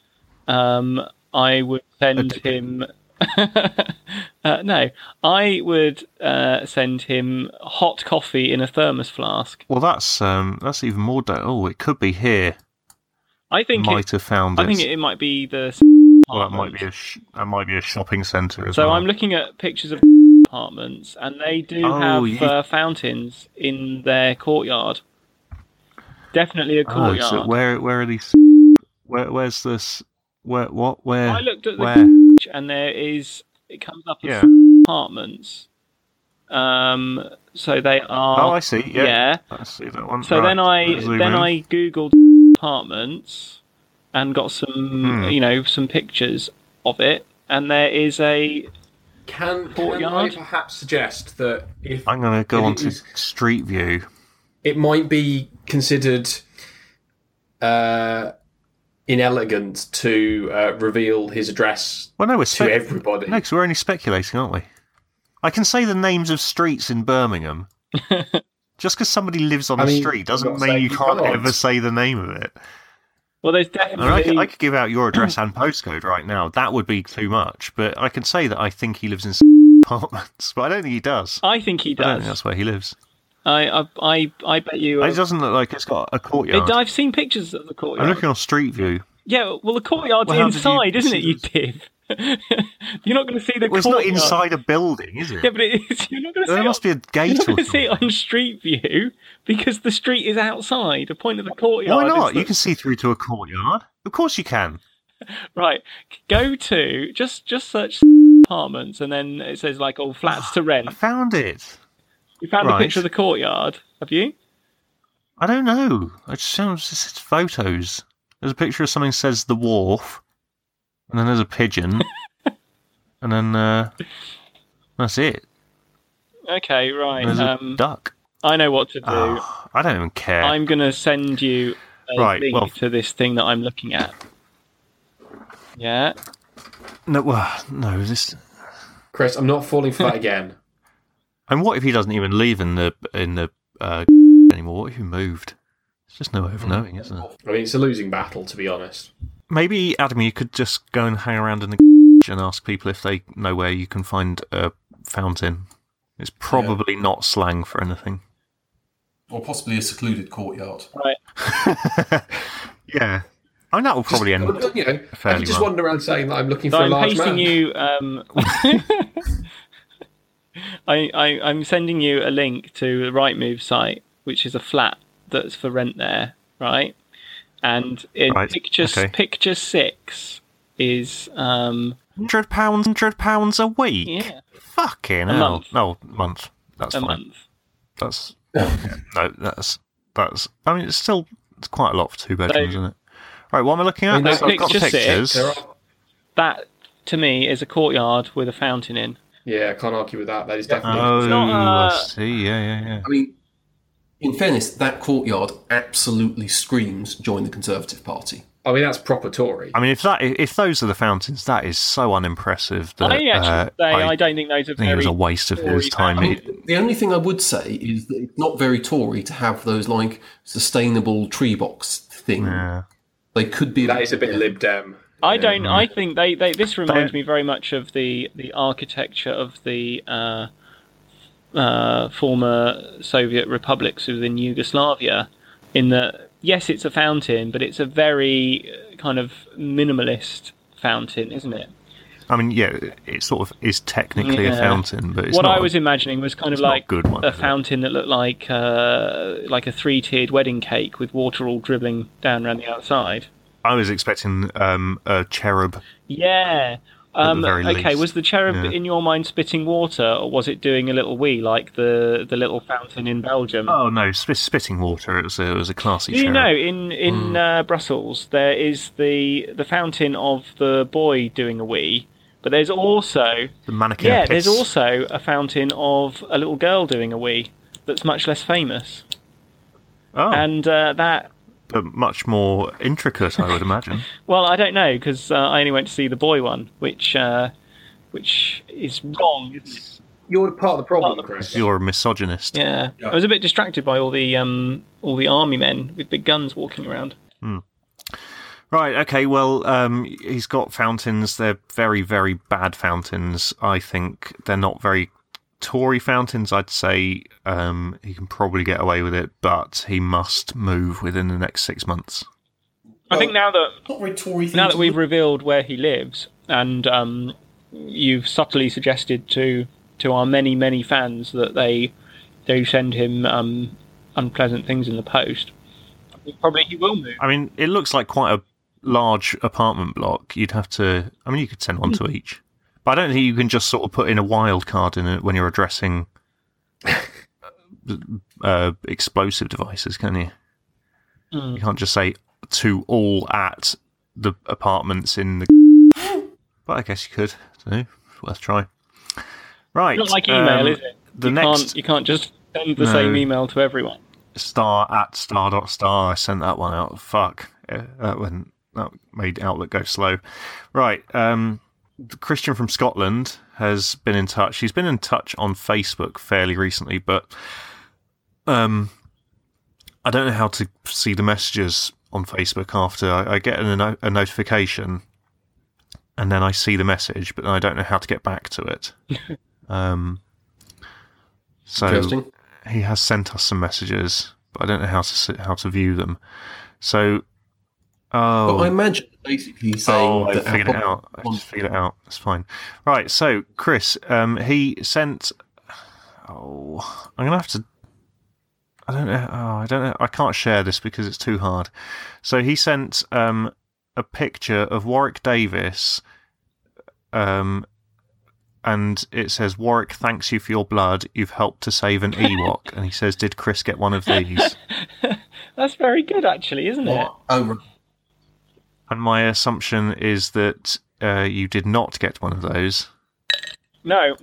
Speaker 3: Um, I would send
Speaker 4: dick pic.
Speaker 3: him. uh, no, I would uh, send him hot coffee in a thermos flask.
Speaker 4: Well, that's um that's even more. Da- oh, it could be here.
Speaker 3: I think it,
Speaker 4: might have found
Speaker 3: I
Speaker 4: it.
Speaker 3: think it, it might be the.
Speaker 4: Well, that might be a sh- that might be a shopping centre as
Speaker 3: So
Speaker 4: well.
Speaker 3: I'm looking at pictures of apartments, and they do
Speaker 4: Oh,
Speaker 3: have
Speaker 4: yeah.
Speaker 3: uh, fountains in their courtyard. Definitely a
Speaker 4: oh,
Speaker 3: courtyard.
Speaker 4: so where where are these? Where where's this? Where what? Where?
Speaker 3: I looked at the
Speaker 4: where?
Speaker 3: page and there is it comes up as
Speaker 4: Yeah.
Speaker 3: apartments. Um, so they
Speaker 4: Oh,
Speaker 3: are.
Speaker 4: I see. Yeah. I see that one.
Speaker 3: So
Speaker 4: Right,
Speaker 3: then I
Speaker 4: zoom
Speaker 3: then
Speaker 4: in.
Speaker 3: I googled apartments and got some
Speaker 4: Hmm.
Speaker 3: you know some pictures of it, and there is a
Speaker 6: Can, can I
Speaker 3: Courtyard?
Speaker 6: perhaps suggest that if
Speaker 4: I'm gonna go
Speaker 6: It
Speaker 4: on to
Speaker 6: is-
Speaker 4: Street View.
Speaker 6: it might be considered uh, inelegant to uh, reveal his address
Speaker 4: Well, no, we're
Speaker 6: to
Speaker 4: spe-
Speaker 6: everybody?
Speaker 4: No, 'cause we're only speculating, aren't we? I can say the names of streets in Birmingham. Just because somebody lives on
Speaker 6: I
Speaker 4: a
Speaker 6: mean,
Speaker 4: street
Speaker 6: I'm
Speaker 4: doesn't
Speaker 6: not
Speaker 4: mean
Speaker 6: saying
Speaker 4: you
Speaker 6: you
Speaker 4: can't
Speaker 6: can't.
Speaker 4: ever say the name of it.
Speaker 3: well, there's
Speaker 4: I, mean, I,
Speaker 3: definitely
Speaker 4: could, I could give out your address and postcode right now. That would be too much, but I can say that I think he lives in apartments, but I don't think he does.
Speaker 3: I think he
Speaker 4: I don't think
Speaker 3: does.
Speaker 4: that's where he lives.
Speaker 3: I I I, I bet you. uh,
Speaker 4: It doesn't look like it's got a courtyard.
Speaker 3: It, I've seen pictures of the
Speaker 4: I'm
Speaker 3: courtyard.
Speaker 4: looking on Street View.
Speaker 3: Yeah, well, the courtyard's
Speaker 4: Well, how did you
Speaker 3: inside, isn't
Speaker 4: see
Speaker 3: it? You
Speaker 4: this?
Speaker 3: div. you're not going to see the
Speaker 4: Well, it's not
Speaker 3: courtyard.
Speaker 4: inside a building, is it?
Speaker 3: Yeah, but it is. You're not going to see.
Speaker 4: there
Speaker 3: it
Speaker 4: must
Speaker 3: on,
Speaker 4: be a
Speaker 3: you're
Speaker 4: gate
Speaker 3: not
Speaker 4: or
Speaker 3: going to see it
Speaker 4: something.
Speaker 3: on Street View because the street is outside. The point of the courtyard.
Speaker 4: Why
Speaker 3: is
Speaker 4: not? You
Speaker 3: that-
Speaker 4: can see through to a courtyard. Of course you can.
Speaker 3: Right. Go to just just search apartments and then it says like all flats to
Speaker 4: I
Speaker 3: rent.
Speaker 4: found it.
Speaker 3: You found a
Speaker 4: Right.
Speaker 3: picture of the courtyard. Have you?
Speaker 4: I don't know. It just sounds it's just photos. There's a picture of something that says the wharf, and then there's a pigeon, and then uh, that's it.
Speaker 3: Okay. Right.
Speaker 4: There's a
Speaker 3: Um,
Speaker 4: duck.
Speaker 3: I know what to do.
Speaker 4: Ah, I don't even care.
Speaker 3: I'm going to send you a
Speaker 4: Right,
Speaker 3: link
Speaker 4: well-
Speaker 3: to this thing that I'm looking at. Yeah.
Speaker 4: No, well, no. This.
Speaker 6: Chris, I'm not falling for that again.
Speaker 4: And what if he doesn't even live in the in the uh, anymore? What if he moved? There's just no way
Speaker 3: Hmm.
Speaker 4: of knowing, isn't there?
Speaker 6: I mean, it's a losing battle, to be honest.
Speaker 4: Maybe Adam, you could just go and hang around in the and ask people if they know where you can find a fountain. It's probably not slang for anything.
Speaker 5: Or possibly a secluded courtyard.
Speaker 3: Right.
Speaker 4: Yeah. I mean, that will probably end.
Speaker 6: Well, you know, I
Speaker 4: Fairly
Speaker 6: can just
Speaker 4: well.
Speaker 6: wander around saying that I'm looking
Speaker 3: So
Speaker 6: for a
Speaker 3: I'm
Speaker 6: large
Speaker 3: pasting
Speaker 6: man.
Speaker 3: you. Um, I, I I'm sending you a link to the Rightmove site, which is a flat that's for rent there, right? And in
Speaker 4: Right,
Speaker 3: picture
Speaker 4: okay.
Speaker 3: picture six is um
Speaker 4: Hundred pounds, hundred pounds a week.
Speaker 3: yeah
Speaker 4: Fucking hell!
Speaker 3: month.
Speaker 4: No month. That's
Speaker 3: a
Speaker 4: fine.
Speaker 3: month.
Speaker 4: That's no. That's that's. I mean, it's still it's quite a lot for two bedrooms, isn't it? Right. What am I looking at?
Speaker 6: I mean,
Speaker 4: I've got
Speaker 3: picture six,
Speaker 4: pictures.
Speaker 6: There are-
Speaker 3: That to me is a courtyard with a fountain in.
Speaker 6: Yeah, I can't argue with that. That is definitely.
Speaker 4: Oh,
Speaker 3: not, uh,
Speaker 4: I see. Yeah, yeah, yeah.
Speaker 5: I mean, in fairness, that courtyard absolutely screams join the Conservative Party.
Speaker 6: I mean, that's proper Tory.
Speaker 4: I mean, if that if those are the fountains, that is so unimpressive. That
Speaker 3: I actually
Speaker 4: uh,
Speaker 3: say
Speaker 4: I
Speaker 3: I, don't think those are
Speaker 4: think
Speaker 3: very.
Speaker 4: it was a waste of his
Speaker 3: Tory
Speaker 4: time.
Speaker 5: I
Speaker 4: It-
Speaker 5: mean, the only thing I would say is that it's not very Tory to have those like sustainable tree box thing.
Speaker 4: yeah.
Speaker 5: They could be.
Speaker 6: That is a bit Lib Dem.
Speaker 3: I don't. I think they, they. This reminds
Speaker 4: They-
Speaker 3: me very much of the the architecture of the uh, uh, former Soviet republics within Yugoslavia, in that yes, it's a fountain, but it's a very uh, kind of minimalist fountain, isn't it?
Speaker 4: I mean, yeah, it sort of is technically a
Speaker 3: Yeah.
Speaker 4: fountain, but it's
Speaker 3: what
Speaker 4: not.
Speaker 3: I was imagining was kind of
Speaker 4: it's not a
Speaker 3: like
Speaker 4: good one,
Speaker 3: a
Speaker 4: is it?
Speaker 3: fountain that looked like uh, like a three-tiered wedding cake with water all dribbling down around the outside.
Speaker 4: I was expecting um, a cherub.
Speaker 3: Yeah. Um,
Speaker 4: very
Speaker 3: okay,
Speaker 4: least.
Speaker 3: was the cherub
Speaker 4: Yeah.
Speaker 3: in your mind spitting water, or was it doing a little wee like the the little fountain in Belgium?
Speaker 4: Oh no, sp- spitting water. It was a, it was a classy.
Speaker 3: Do you
Speaker 4: cherub.
Speaker 3: know in in
Speaker 4: Hmm.
Speaker 3: uh, Brussels there is the the fountain of the boy doing a wee, but there's also
Speaker 4: the mannequin?
Speaker 3: yeah,
Speaker 4: piss.
Speaker 3: there's also a fountain of a little girl doing a wee that's much less famous,
Speaker 4: oh,
Speaker 3: and uh, that
Speaker 4: but much more intricate, I would imagine.
Speaker 3: well I don't know because uh, I only went to see the boy one, which uh, which is wrong, isn't it?
Speaker 6: You're part of the problem,
Speaker 4: So
Speaker 6: Chris.
Speaker 4: You're a misogynist.
Speaker 3: Yeah. I was a bit distracted by all the um, all the army men with big guns walking around.
Speaker 4: Right. Okay. Well, um, he's got fountains. They're very, very bad fountains. I think they're not very Tory fountains. I'd say um, he can probably get away with it, but he must move within the next six months.
Speaker 3: I think now that
Speaker 5: Not very Tory thing.
Speaker 3: now that
Speaker 5: to
Speaker 3: we've
Speaker 5: do.
Speaker 3: revealed where he lives, and um, you've subtly suggested to to our many many fans that they they send him um, unpleasant things in the post, I think probably he will move.
Speaker 4: I mean, it looks like quite a large apartment block. You'd have to. I mean, you could send one to each, but I don't think you can just sort of put in a wild card in it when you're addressing uh, explosive devices, can you?
Speaker 3: Hmm.
Speaker 4: You can't just say to all at the apartments in the. But I guess you could. So it's worth trying. Right.
Speaker 3: Not like email,
Speaker 4: um,
Speaker 3: is it?
Speaker 4: The
Speaker 3: you
Speaker 4: next
Speaker 3: can't you can't just send the
Speaker 4: No.
Speaker 3: same email to everyone.
Speaker 4: star at star dot star. I sent that one out. Fuck. Uh, That went. That made Outlook go slow. Right. Um, Christian from Scotland has been in touch. He's been in touch on Facebook fairly recently, but um, I don't know how to see the messages on Facebook after I, I get a, no- a notification, and then I see the message, but I don't know how to get back to it. um, so
Speaker 5: Interesting.
Speaker 4: he has sent us some messages, but I don't know how to s- how to view them. So,
Speaker 5: But I
Speaker 4: oh,
Speaker 5: imagine basically saying
Speaker 4: oh I
Speaker 5: that
Speaker 4: figured it
Speaker 5: our-
Speaker 4: out. I just figured it out. It's fine. Right. So, Chris, um, he sent. Oh, I'm gonna have to. I don't know. Oh, I don't know. I can't share this because it's too hard. So he sent um, a picture of Warwick Davis. Um, and it says, Warwick thanks you for your blood. You've helped to save an Ewok. and he says, Did Chris get one of these?
Speaker 3: That's very good, actually, isn't it?
Speaker 5: Oh, oh, right.
Speaker 4: And my assumption is that uh, you did not get one of those.
Speaker 3: No,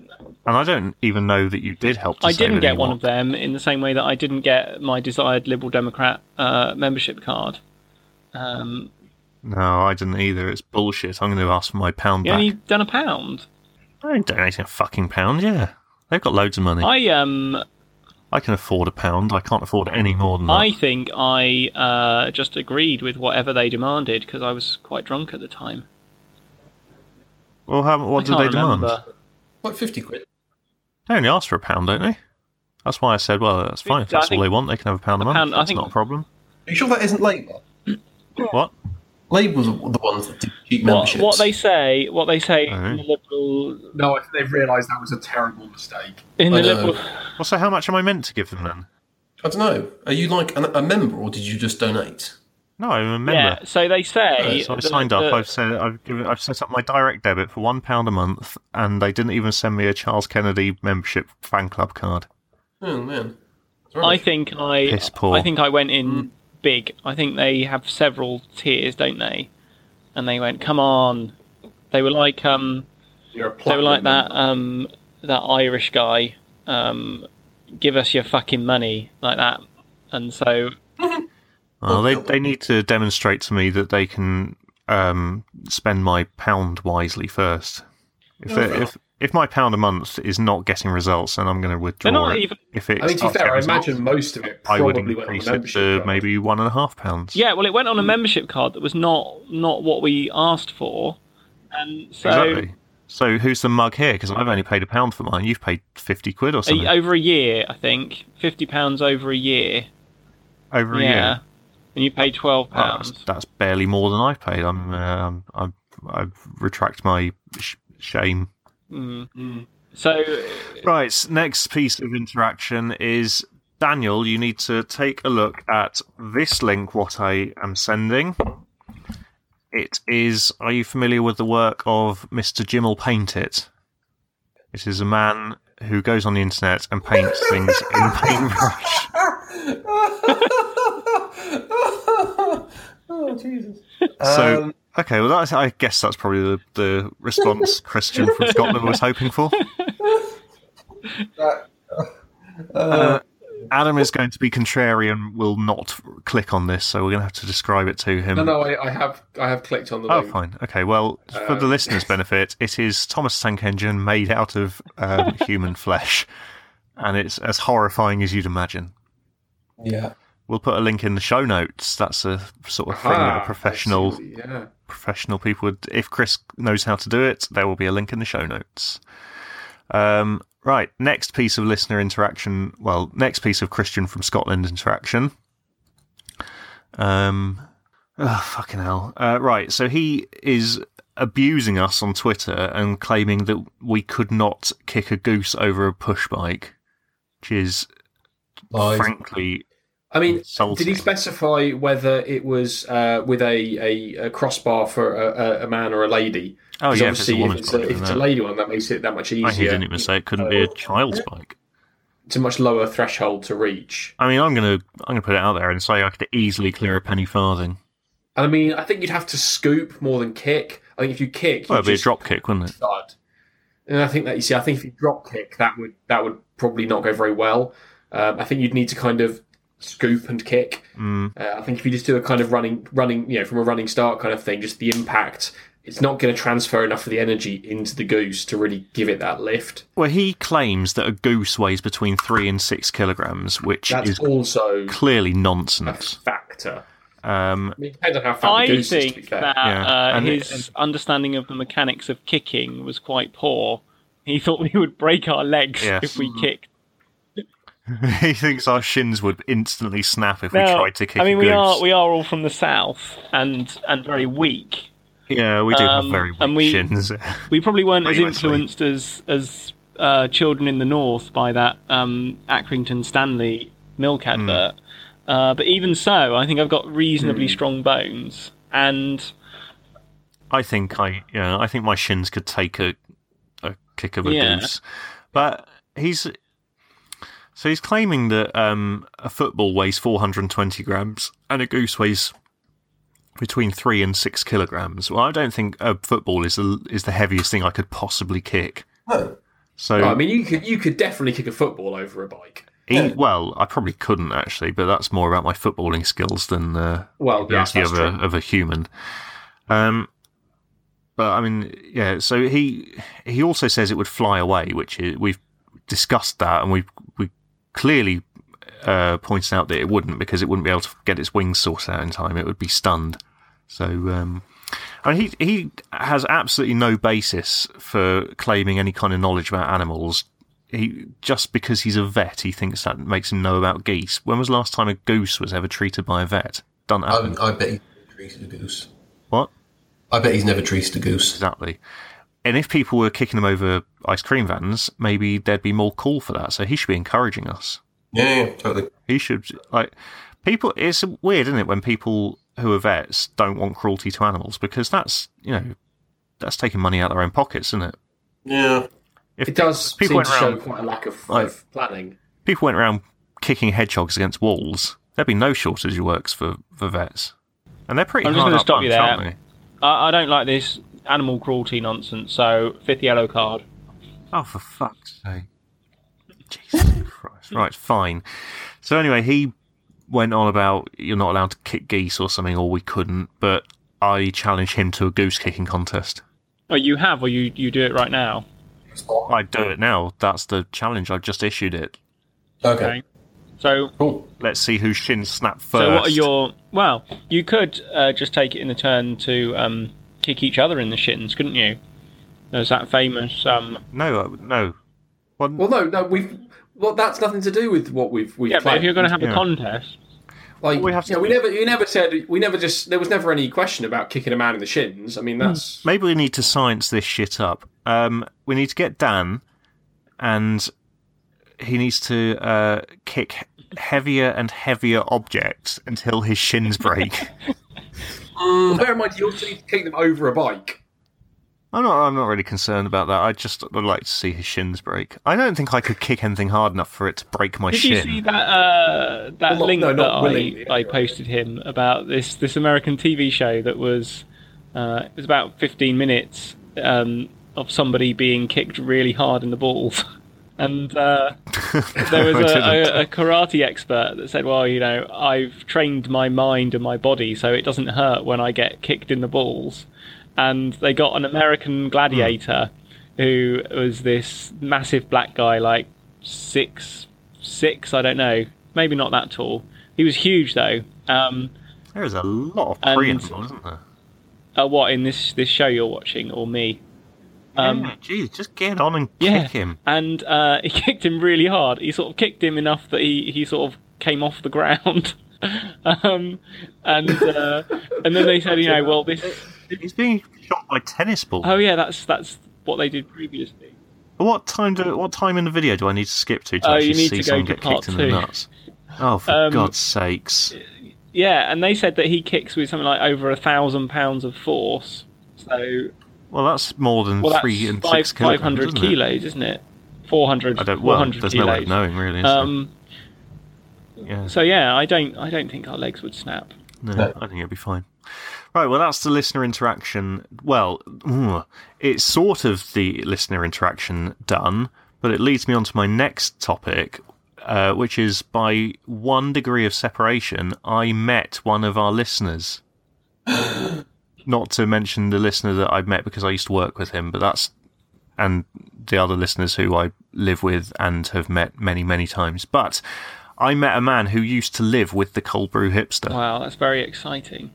Speaker 4: And I don't even know that you did help. To
Speaker 3: I
Speaker 4: save
Speaker 3: didn't
Speaker 4: an
Speaker 3: get one
Speaker 4: Ewok.
Speaker 3: of them in the same way that I didn't get my desired Liberal Democrat uh, membership card. Um,
Speaker 4: No, I didn't either. It's bullshit. I'm going to ask for my pound
Speaker 3: you
Speaker 4: back.
Speaker 3: only done a pound.
Speaker 4: I ain't donating a fucking pound. Yeah, they've got loads of money. I,
Speaker 3: I um
Speaker 4: can afford a pound. I can't afford any more than
Speaker 3: I
Speaker 4: that.
Speaker 3: think I uh, just agreed with whatever they demanded because I was quite drunk at the time.
Speaker 4: Well, how, what
Speaker 3: I
Speaker 4: do
Speaker 3: can't
Speaker 4: they demand?
Speaker 3: remember.
Speaker 5: Like 50 quid.
Speaker 4: They only ask for a pound, don't they? That's why I said, well, that's fine. If
Speaker 3: I
Speaker 4: that's all
Speaker 3: think-
Speaker 4: they want, they can have a pound a, month.
Speaker 3: pound- I
Speaker 4: that's
Speaker 3: think-
Speaker 4: not a problem.
Speaker 5: Are you sure that isn't Labour?
Speaker 4: What?
Speaker 5: Labour was the ones that did cheap
Speaker 3: What,
Speaker 5: memberships.
Speaker 3: what they say, what they say in
Speaker 4: Alright.
Speaker 3: the liberal,
Speaker 2: No, I think they've realised that was a terrible mistake.
Speaker 3: in the
Speaker 5: I know.
Speaker 3: liberal,
Speaker 4: Well, so how much am I meant to give them then?
Speaker 5: I don't know. Are you like an, a member or did you just donate?
Speaker 4: No, I'm a member.
Speaker 3: yeah. So they say,
Speaker 4: So I've
Speaker 3: that-
Speaker 4: Oh, signed up.
Speaker 3: that-
Speaker 4: I've said I've given. I've set up my direct debit for one pound a month, and they didn't even send me a Charles Kennedy membership fan club card.
Speaker 5: Oh, man.
Speaker 3: I think I,
Speaker 4: Piss poor.
Speaker 3: I think I went in big. I think they have several tiers, don't they? And they went, "Come on!" They were like, um,
Speaker 6: You're a
Speaker 3: they were
Speaker 6: platinum
Speaker 3: like that,
Speaker 6: member.
Speaker 3: um, that Irish guy, um, give us your fucking money, like that. And so,
Speaker 4: Well, Oh, they they need to demonstrate to me that they can um, spend my pound wisely first.
Speaker 3: Oh,
Speaker 4: If they, if if my pound a month is not getting results, then I'm going to withdraw.
Speaker 3: not
Speaker 4: it.
Speaker 3: even-
Speaker 4: If it
Speaker 6: I mean, to be
Speaker 4: starts
Speaker 6: fair, I
Speaker 4: getting results,
Speaker 6: imagine most of it
Speaker 4: I
Speaker 6: probably
Speaker 4: would
Speaker 6: went on
Speaker 4: increase
Speaker 6: the
Speaker 4: it
Speaker 6: membership.
Speaker 4: to
Speaker 6: card.
Speaker 4: maybe one and a half pounds.
Speaker 3: yeah, well, it went on a membership card that was not not what we asked for, and so
Speaker 4: exactly. So who's the mug here? Because I've only paid a pound for mine. You've paid fifty quid or something
Speaker 3: A, over a year, I think. Fifty pounds over a year.
Speaker 4: over a
Speaker 3: oh, yeah.
Speaker 4: year.
Speaker 3: And you pay twelve
Speaker 4: Oh, that's,
Speaker 3: pounds.
Speaker 4: that's barely more than I paid. I'm, um, I'm, I retract my sh- shame.
Speaker 3: So
Speaker 4: Right, s- next piece of interaction is Daniel. You need to take a look at this link. What I am sending. It is. Are you familiar with the work of Mister Jimmel Paint It? This is a man who goes on the internet and paints things in paintbrush.
Speaker 5: Oh, Jesus. Um,
Speaker 4: So. Okay, well, that's, I guess that's probably the, the response Christian from Scotland was hoping for. Uh, Adam is going to be contrarian, will not click on this, so we're going to have to describe it to him.
Speaker 6: No, no, I, I have I have clicked on the
Speaker 4: Oh,
Speaker 6: link.
Speaker 4: fine. Okay, well, for
Speaker 6: Uh,
Speaker 4: the listeners' benefit, it is Thomas the Tank Engine made out of um, human flesh, and it's as horrifying as you'd imagine.
Speaker 5: Yeah.
Speaker 4: We'll put a link in the show notes. That's a sort of thing
Speaker 6: Ah,
Speaker 4: that a
Speaker 6: I
Speaker 4: professional
Speaker 6: see, Yeah.
Speaker 4: professional people would if chris knows how to do it there will be a link in the show notes um, right next piece of listener interaction well next piece of christian from scotland interaction um oh, fucking hell uh, right so he is abusing us on twitter and claiming that we could not kick a goose over a push bike which is
Speaker 5: Lies.
Speaker 4: frankly
Speaker 6: I mean,
Speaker 4: insulting.
Speaker 6: Oh, did he specify whether it was uh, with a, a, a crossbar for a, a, a man or a lady?
Speaker 4: oh
Speaker 6: 'Cause
Speaker 4: yeah if it's
Speaker 6: obviously
Speaker 4: a woman's
Speaker 6: if it's a,
Speaker 4: bike
Speaker 6: if
Speaker 4: then
Speaker 6: it's a
Speaker 4: that-
Speaker 6: lady one, that makes it that much
Speaker 4: I think he
Speaker 6: easier.
Speaker 4: didn't even say it couldn't be a child's bike
Speaker 6: It's a much lower threshold to reach.
Speaker 4: I mean, I'm gonna I'm gonna put it out there and say I could easily clear a penny farthing.
Speaker 6: And I mean, I think you'd have to scoop more than kick. I think if you kick,
Speaker 4: Well, it'd
Speaker 6: you'd
Speaker 4: be a
Speaker 6: just
Speaker 4: drop kick, wouldn't it?
Speaker 6: thud. And I think that you see, I think if you drop kick, that would that would probably not go very well. Um, I think you'd need to kind of scoop and kick.
Speaker 4: Mm.
Speaker 6: Uh, I think if you just do a kind of running, running, you know, from a running start kind of thing, just the impact, it's not going to transfer enough of the energy into the goose to really give it that lift.
Speaker 4: Well, he claims that a goose weighs between three and six kilograms, which
Speaker 6: That's
Speaker 4: is
Speaker 6: also
Speaker 4: clearly
Speaker 6: a
Speaker 4: nonsense.
Speaker 6: factor.
Speaker 4: Um,
Speaker 6: I mean, it depends on how fat
Speaker 3: I
Speaker 6: the goose is. To be
Speaker 3: think
Speaker 6: fair.
Speaker 3: that
Speaker 4: Yeah,
Speaker 3: uh,
Speaker 4: and it-
Speaker 3: his understanding of the mechanics of kicking was quite poor. He thought we would break our legs
Speaker 4: Yes.
Speaker 3: if we kicked.
Speaker 4: he thinks our shins would instantly snap if we
Speaker 3: Now,
Speaker 4: tried to kick.
Speaker 3: I mean,
Speaker 4: a
Speaker 3: we
Speaker 4: goose.
Speaker 3: are we are all from the south and and very weak.
Speaker 4: yeah, we do
Speaker 3: um,
Speaker 4: have very weak
Speaker 3: and we-
Speaker 4: shins.
Speaker 3: We probably weren't as
Speaker 4: Pretty much,
Speaker 3: influenced as as uh, children in the north by that um, Accrington Stanley milk
Speaker 4: Hmm.
Speaker 3: advert. Uh, but even so, I think I've got reasonably strong bones, and
Speaker 4: I think I yeah, I think my shins could take a a kick of a
Speaker 3: Yeah.
Speaker 4: goose. But he's so he's claiming that um, a football weighs 420 grams and a goose weighs between three and six kilograms. Well, I don't think a football is the, is the heaviest thing I could possibly kick.
Speaker 5: No.
Speaker 4: So
Speaker 6: I mean, you could you could definitely kick a football over a bike.
Speaker 4: he, well, I probably couldn't actually, but that's more about my footballing skills than uh,
Speaker 6: Well, yeah,
Speaker 4: ability
Speaker 6: that's
Speaker 4: of a
Speaker 6: true.
Speaker 4: of a human. Um, but I mean, yeah. So he he also says it would fly away, which is, we've discussed that, and we we clearly uh, pointed out that it wouldn't because it wouldn't be able to get its wings sorted out in time. It would be stunned. So um, and he he has absolutely no basis for claiming any kind of knowledge about animals. He just because he's a vet, he thinks that makes him know about geese. When was the last time a goose was ever treated by a vet? Done
Speaker 5: I,
Speaker 4: happen.
Speaker 5: I bet he's never treated a goose.
Speaker 4: What?
Speaker 5: I bet he's never treated a goose.
Speaker 4: Exactly. And if people were kicking them over ice cream vans, maybe there'd be more call for that. So he should be encouraging us.
Speaker 5: Yeah, yeah, totally.
Speaker 4: He should like people. It's weird, isn't it, when people who are vets don't want cruelty to animals because that's you know that's taking money out their own pockets, isn't it?
Speaker 5: Yeah.
Speaker 4: If
Speaker 6: It does
Speaker 4: people
Speaker 6: seem
Speaker 4: went
Speaker 6: to show
Speaker 4: round-
Speaker 6: quite a lack of,
Speaker 4: Right.
Speaker 6: of planning.
Speaker 4: people went around kicking hedgehogs against walls, there'd be no shortage of works for, for vets, and they're pretty
Speaker 3: I'm just
Speaker 4: hard
Speaker 3: gonna
Speaker 4: up
Speaker 3: stop you
Speaker 4: bunch,
Speaker 3: there.
Speaker 4: aren't they?
Speaker 3: I, I don't like this animal cruelty nonsense. So fifth yellow card.
Speaker 4: Oh, for fuck's sake. Jesus Christ. Right, fine. So, anyway, he went on about you're not allowed to kick geese or something, or we couldn't, but I challenge him to a goose kicking contest.
Speaker 3: Oh, you have, or you you do it right now.
Speaker 4: I do it now. That's the challenge. I've just issued it.
Speaker 5: Okay.
Speaker 3: Okay. So
Speaker 5: Cool.
Speaker 4: Let's see whose shins snap first.
Speaker 3: So what are your? Well, you could uh, just take it in a turn to um, kick each other in the shins, couldn't you? There's that famous. Um,
Speaker 4: No, uh, no. One,
Speaker 6: Well, no, no, we've. Well, that's nothing to do with what we've we've
Speaker 3: yeah, but
Speaker 6: played.
Speaker 3: if you're going to have
Speaker 4: Yeah.
Speaker 3: a contest,
Speaker 6: like,
Speaker 4: we have to
Speaker 6: yeah, we
Speaker 4: do-
Speaker 6: never, you never said, we never just. There was never any question about kicking a man in the shins. I mean,
Speaker 3: Hmm.
Speaker 6: that's
Speaker 4: Maybe we need to science this shit up. Um, we need to get Dan, and he needs to uh, kick heavier and heavier objects until his shins break.
Speaker 6: Well, bear in mind you also need to kick them over a bike.
Speaker 4: I'm not. I'm not really concerned about that. I just would like to see his shins break. I don't think I could kick anything hard enough for it to break my
Speaker 3: did
Speaker 4: shin.
Speaker 3: you see that uh, that
Speaker 6: Well, not-
Speaker 3: link
Speaker 6: no,
Speaker 3: that
Speaker 6: not
Speaker 3: I,
Speaker 6: willingly,
Speaker 3: I
Speaker 6: anyway.
Speaker 3: posted him about this this American TV show that was uh, it was about 15 minutes um, of somebody being kicked really hard in the balls, and. Uh, there was
Speaker 4: I
Speaker 3: a,
Speaker 4: didn't.
Speaker 3: a, a karate expert that said, "Well, you know, I've trained my mind and my body so it doesn't hurt when I get kicked in the balls." And they got an American gladiator
Speaker 4: Hmm.
Speaker 3: who was this massive black guy, like six six, I don't know, maybe not that tall. He was huge though. Um,
Speaker 4: There is a lot of
Speaker 3: And-
Speaker 4: preamble, isn't there?
Speaker 3: uh, what in this this show you're watching or me?
Speaker 4: Um, Jeez, just get on and
Speaker 3: Yeah.
Speaker 4: kick him.
Speaker 3: And uh, he kicked him really hard. He sort of kicked him enough that he, he sort of came off the ground. um, and uh, and then they said, you know, well, this.
Speaker 4: He's being shot by tennis balls.
Speaker 3: Oh yeah, that's that's what they did previously.
Speaker 4: What time do? What time in the video do I need to skip to to
Speaker 3: Oh, you
Speaker 4: actually
Speaker 3: need
Speaker 4: see
Speaker 3: to go
Speaker 4: someone
Speaker 3: to
Speaker 4: get
Speaker 3: part
Speaker 4: kicked in the
Speaker 3: two.
Speaker 4: nuts? Oh, for
Speaker 3: Um,
Speaker 4: God's sakes!
Speaker 3: Yeah, and they said that he kicks with something like over a thousand pounds of force. So
Speaker 4: Well, that's more than
Speaker 3: well,
Speaker 4: three
Speaker 3: that's
Speaker 4: and
Speaker 3: five
Speaker 4: six kilograms,
Speaker 3: five hundred
Speaker 4: isn't it?
Speaker 3: kilos, isn't it? Four hundred.
Speaker 4: I don't. Well, there's no way of
Speaker 3: kilos.
Speaker 4: knowing, really. Is
Speaker 3: Um,
Speaker 4: there? Yeah.
Speaker 3: so yeah, I don't I don't think our legs would snap.
Speaker 4: No, I think it'll be fine. Right, well, that's the listener interaction. Well, mm, it's sort of the listener interaction done, but it leads me on to my next topic, uh, which is by one degree of separation, I met one of our listeners. Not to mention the listener that I met because I used to work with him, but that's. And the other listeners who I live with and have met many, many times. But I met a man who used to live with the cold brew hipster
Speaker 3: Wow, that's very exciting.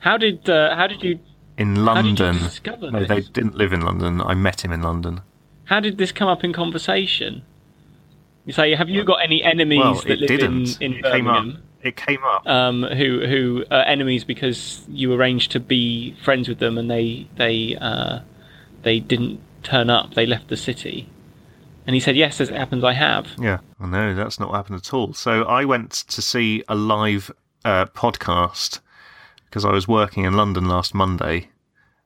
Speaker 3: How did uh, how did you
Speaker 4: in
Speaker 3: How did you
Speaker 4: London.
Speaker 3: discover
Speaker 4: no,
Speaker 3: this?
Speaker 4: they didn't live in London. I met him in London.
Speaker 3: How did this come up in conversation? You say, have you got any enemies
Speaker 4: well,
Speaker 3: that
Speaker 4: it
Speaker 3: live
Speaker 4: didn't.
Speaker 3: in, in
Speaker 4: it came up.
Speaker 3: Birmingham
Speaker 4: It came up.
Speaker 3: um, who who are enemies because you arranged to be friends with them and they they uh, they didn't turn up? They left the city. And he said, yes, as it happens, I have.
Speaker 4: yeah. Well, no, that's not what happened at all. So I went to see a live uh, podcast because I was working in London last Monday,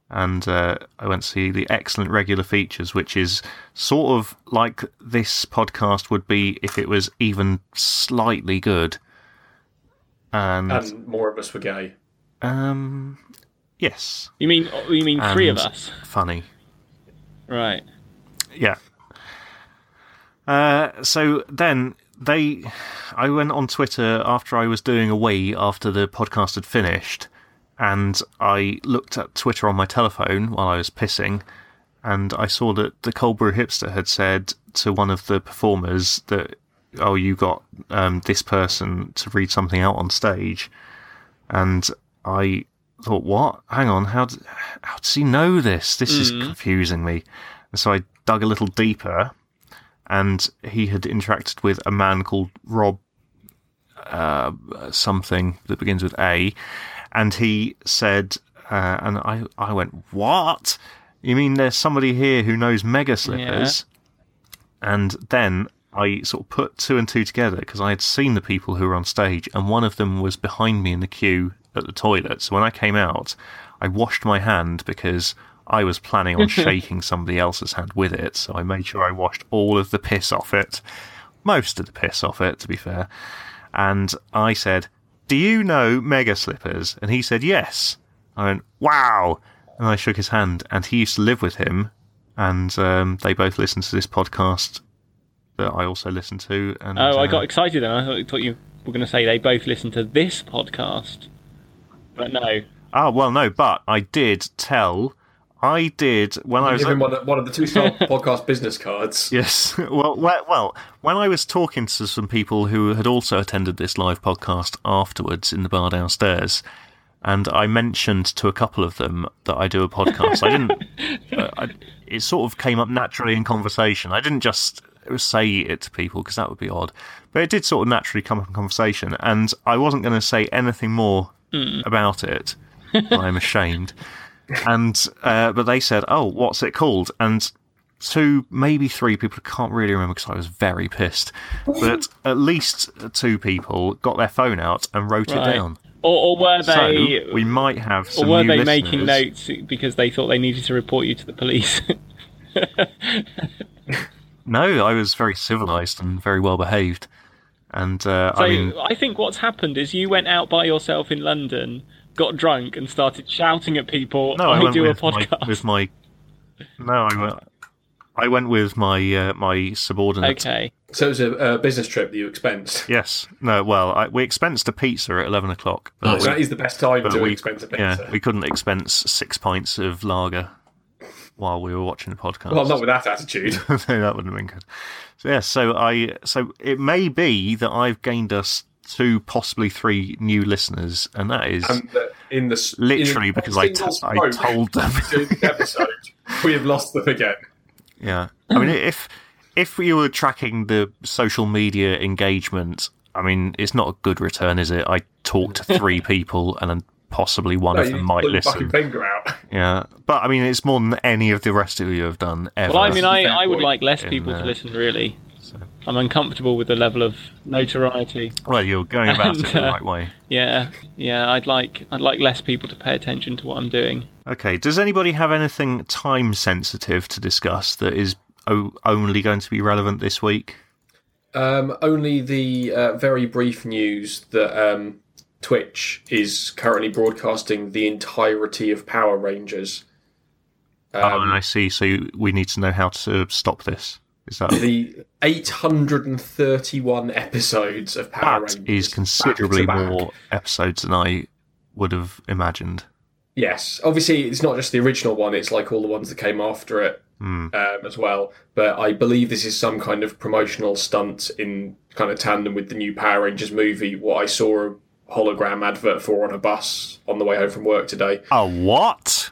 Speaker 4: and uh, I went to see the excellent regular features, which is sort of like this podcast would be if it was even slightly good. And
Speaker 6: And more of us were gay.
Speaker 4: um, yes,
Speaker 3: You mean you mean three of
Speaker 4: And-
Speaker 3: us,
Speaker 4: funny.
Speaker 3: right?
Speaker 4: Yeah. Uh, so then they, I went on Twitter after I was doing a wee after the podcast had finished, and I looked at Twitter on my telephone while I was pissing, and I saw that the cold brew hipster had said to one of the performers that, "Oh, you got um, this person to read something out on stage," and I thought, "What? Hang on, how d how does he know this? This is confusing me." And so I dug a little deeper, and he had interacted with a man called Rob uh, something that begins with A, and he said, uh, and I I went, what? You mean there's somebody here who knows mega slippers? And then I sort of put two and two together because I had seen the people who were on stage, and one of them was behind me in the queue at the toilet. So when I came out, I washed my hand because I was planning on shaking somebody else's hand with it. So I made sure I washed all of the piss off it, most of the piss off it, to be fair. And I said, Do you know mega slippers? And he said, Yes. I went, Wow. And I shook his hand, and he used to live with him. And um, they both listened to this podcast that I also listened to. And,
Speaker 3: Oh, I
Speaker 4: uh,
Speaker 3: got excited then. I thought, thought you were going to say they both listen to this podcast, but no.
Speaker 4: Ah, well, no, but I did tell. I did when I was
Speaker 6: Give him one of, one of the two star podcast business cards.
Speaker 4: Yes. Well, well, well, when I was talking to some people who had also attended this live podcast afterwards in the bar downstairs, and I mentioned to a couple of them that I do a podcast. I didn't. Uh, I, it sort of came up naturally in conversation. I didn't just say it to people because that would be odd, but it did sort of naturally come up in conversation, and I wasn't going to say anything more about it. I'm ashamed. And uh, but they said, "Oh, what's it called?" And two, maybe three people I can't really remember because I was very pissed. But at least two people got their phone out and wrote it
Speaker 3: Right.
Speaker 4: down.
Speaker 3: Or, or were they?
Speaker 4: so we might have
Speaker 3: or
Speaker 4: some
Speaker 3: were
Speaker 4: new
Speaker 3: they
Speaker 4: listeners.
Speaker 3: making notes because they thought they needed to report you to the police?
Speaker 4: No, I was very civilized and very well behaved. And uh,
Speaker 3: So
Speaker 4: I mean,
Speaker 3: I think what's happened is you went out by yourself in London, got drunk, and started shouting at people.
Speaker 4: no, I, went
Speaker 3: do a
Speaker 4: with,
Speaker 3: podcast.
Speaker 4: My, with my no, I went. I went with my uh, my subordinate.
Speaker 3: okay,
Speaker 6: So it was a, a business trip that you expensed.
Speaker 4: Yes. No. Well, I, we expensed a pizza at eleven o'clock. but
Speaker 5: Nice.
Speaker 4: we-
Speaker 6: That is the best time
Speaker 4: But
Speaker 6: to
Speaker 4: we-
Speaker 6: Oh, expense a
Speaker 4: yeah,
Speaker 6: pizza.
Speaker 4: we couldn't expense six pints of lager while we were watching the podcast.
Speaker 6: well, not with that attitude.
Speaker 4: no, that wouldn't have been good. So yeah, so I so it may be that I've gained us two, possibly three new listeners, and that is
Speaker 6: And that Um, in the s-
Speaker 4: literally
Speaker 6: in a
Speaker 4: because I, t-
Speaker 6: single
Speaker 4: I
Speaker 6: stroke
Speaker 4: told them.
Speaker 6: during the episode, we have lost them again.
Speaker 4: yeah, I mean if if you were tracking the social media engagement, I mean it's not a good return, is it? I talked to three people, and then possibly one
Speaker 6: No,
Speaker 4: of
Speaker 6: you
Speaker 4: them
Speaker 6: need to
Speaker 4: might
Speaker 6: pull your fucking
Speaker 4: listen.
Speaker 6: finger out.
Speaker 4: Yeah, but I mean it's more than any of the rest of you have done ever.
Speaker 3: well, I mean, I,
Speaker 6: fair
Speaker 3: I would
Speaker 6: point.
Speaker 3: like less
Speaker 4: In,
Speaker 3: people
Speaker 4: uh,
Speaker 3: to listen. Really, I'm uncomfortable with the level of notoriety.
Speaker 4: well, you're going about
Speaker 3: And,
Speaker 4: it the
Speaker 3: uh,
Speaker 4: right way.
Speaker 3: Yeah, yeah, I'd like I'd like less people to pay attention to what I'm doing.
Speaker 4: Okay. Does anybody have anything time sensitive to discuss that is o- only going to be relevant this week?
Speaker 6: Um, only the uh, very brief news that um, Twitch is currently broadcasting the entirety of Power Rangers. Um,
Speaker 4: oh, and I see. So we need to know how to stop this. Is that
Speaker 6: The 831 episodes of Power
Speaker 4: that
Speaker 6: Rangers
Speaker 4: is considerably
Speaker 6: back to back.
Speaker 4: more episodes than I would have imagined.
Speaker 6: Yes, obviously it's not just the original one; it's like all the ones that came after it
Speaker 4: Hmm.
Speaker 6: um, as well. But I believe this is some kind of promotional stunt in kind of tandem with the new Power Rangers movie. What I saw a hologram advert for on a bus on the way home from work today.
Speaker 4: A what?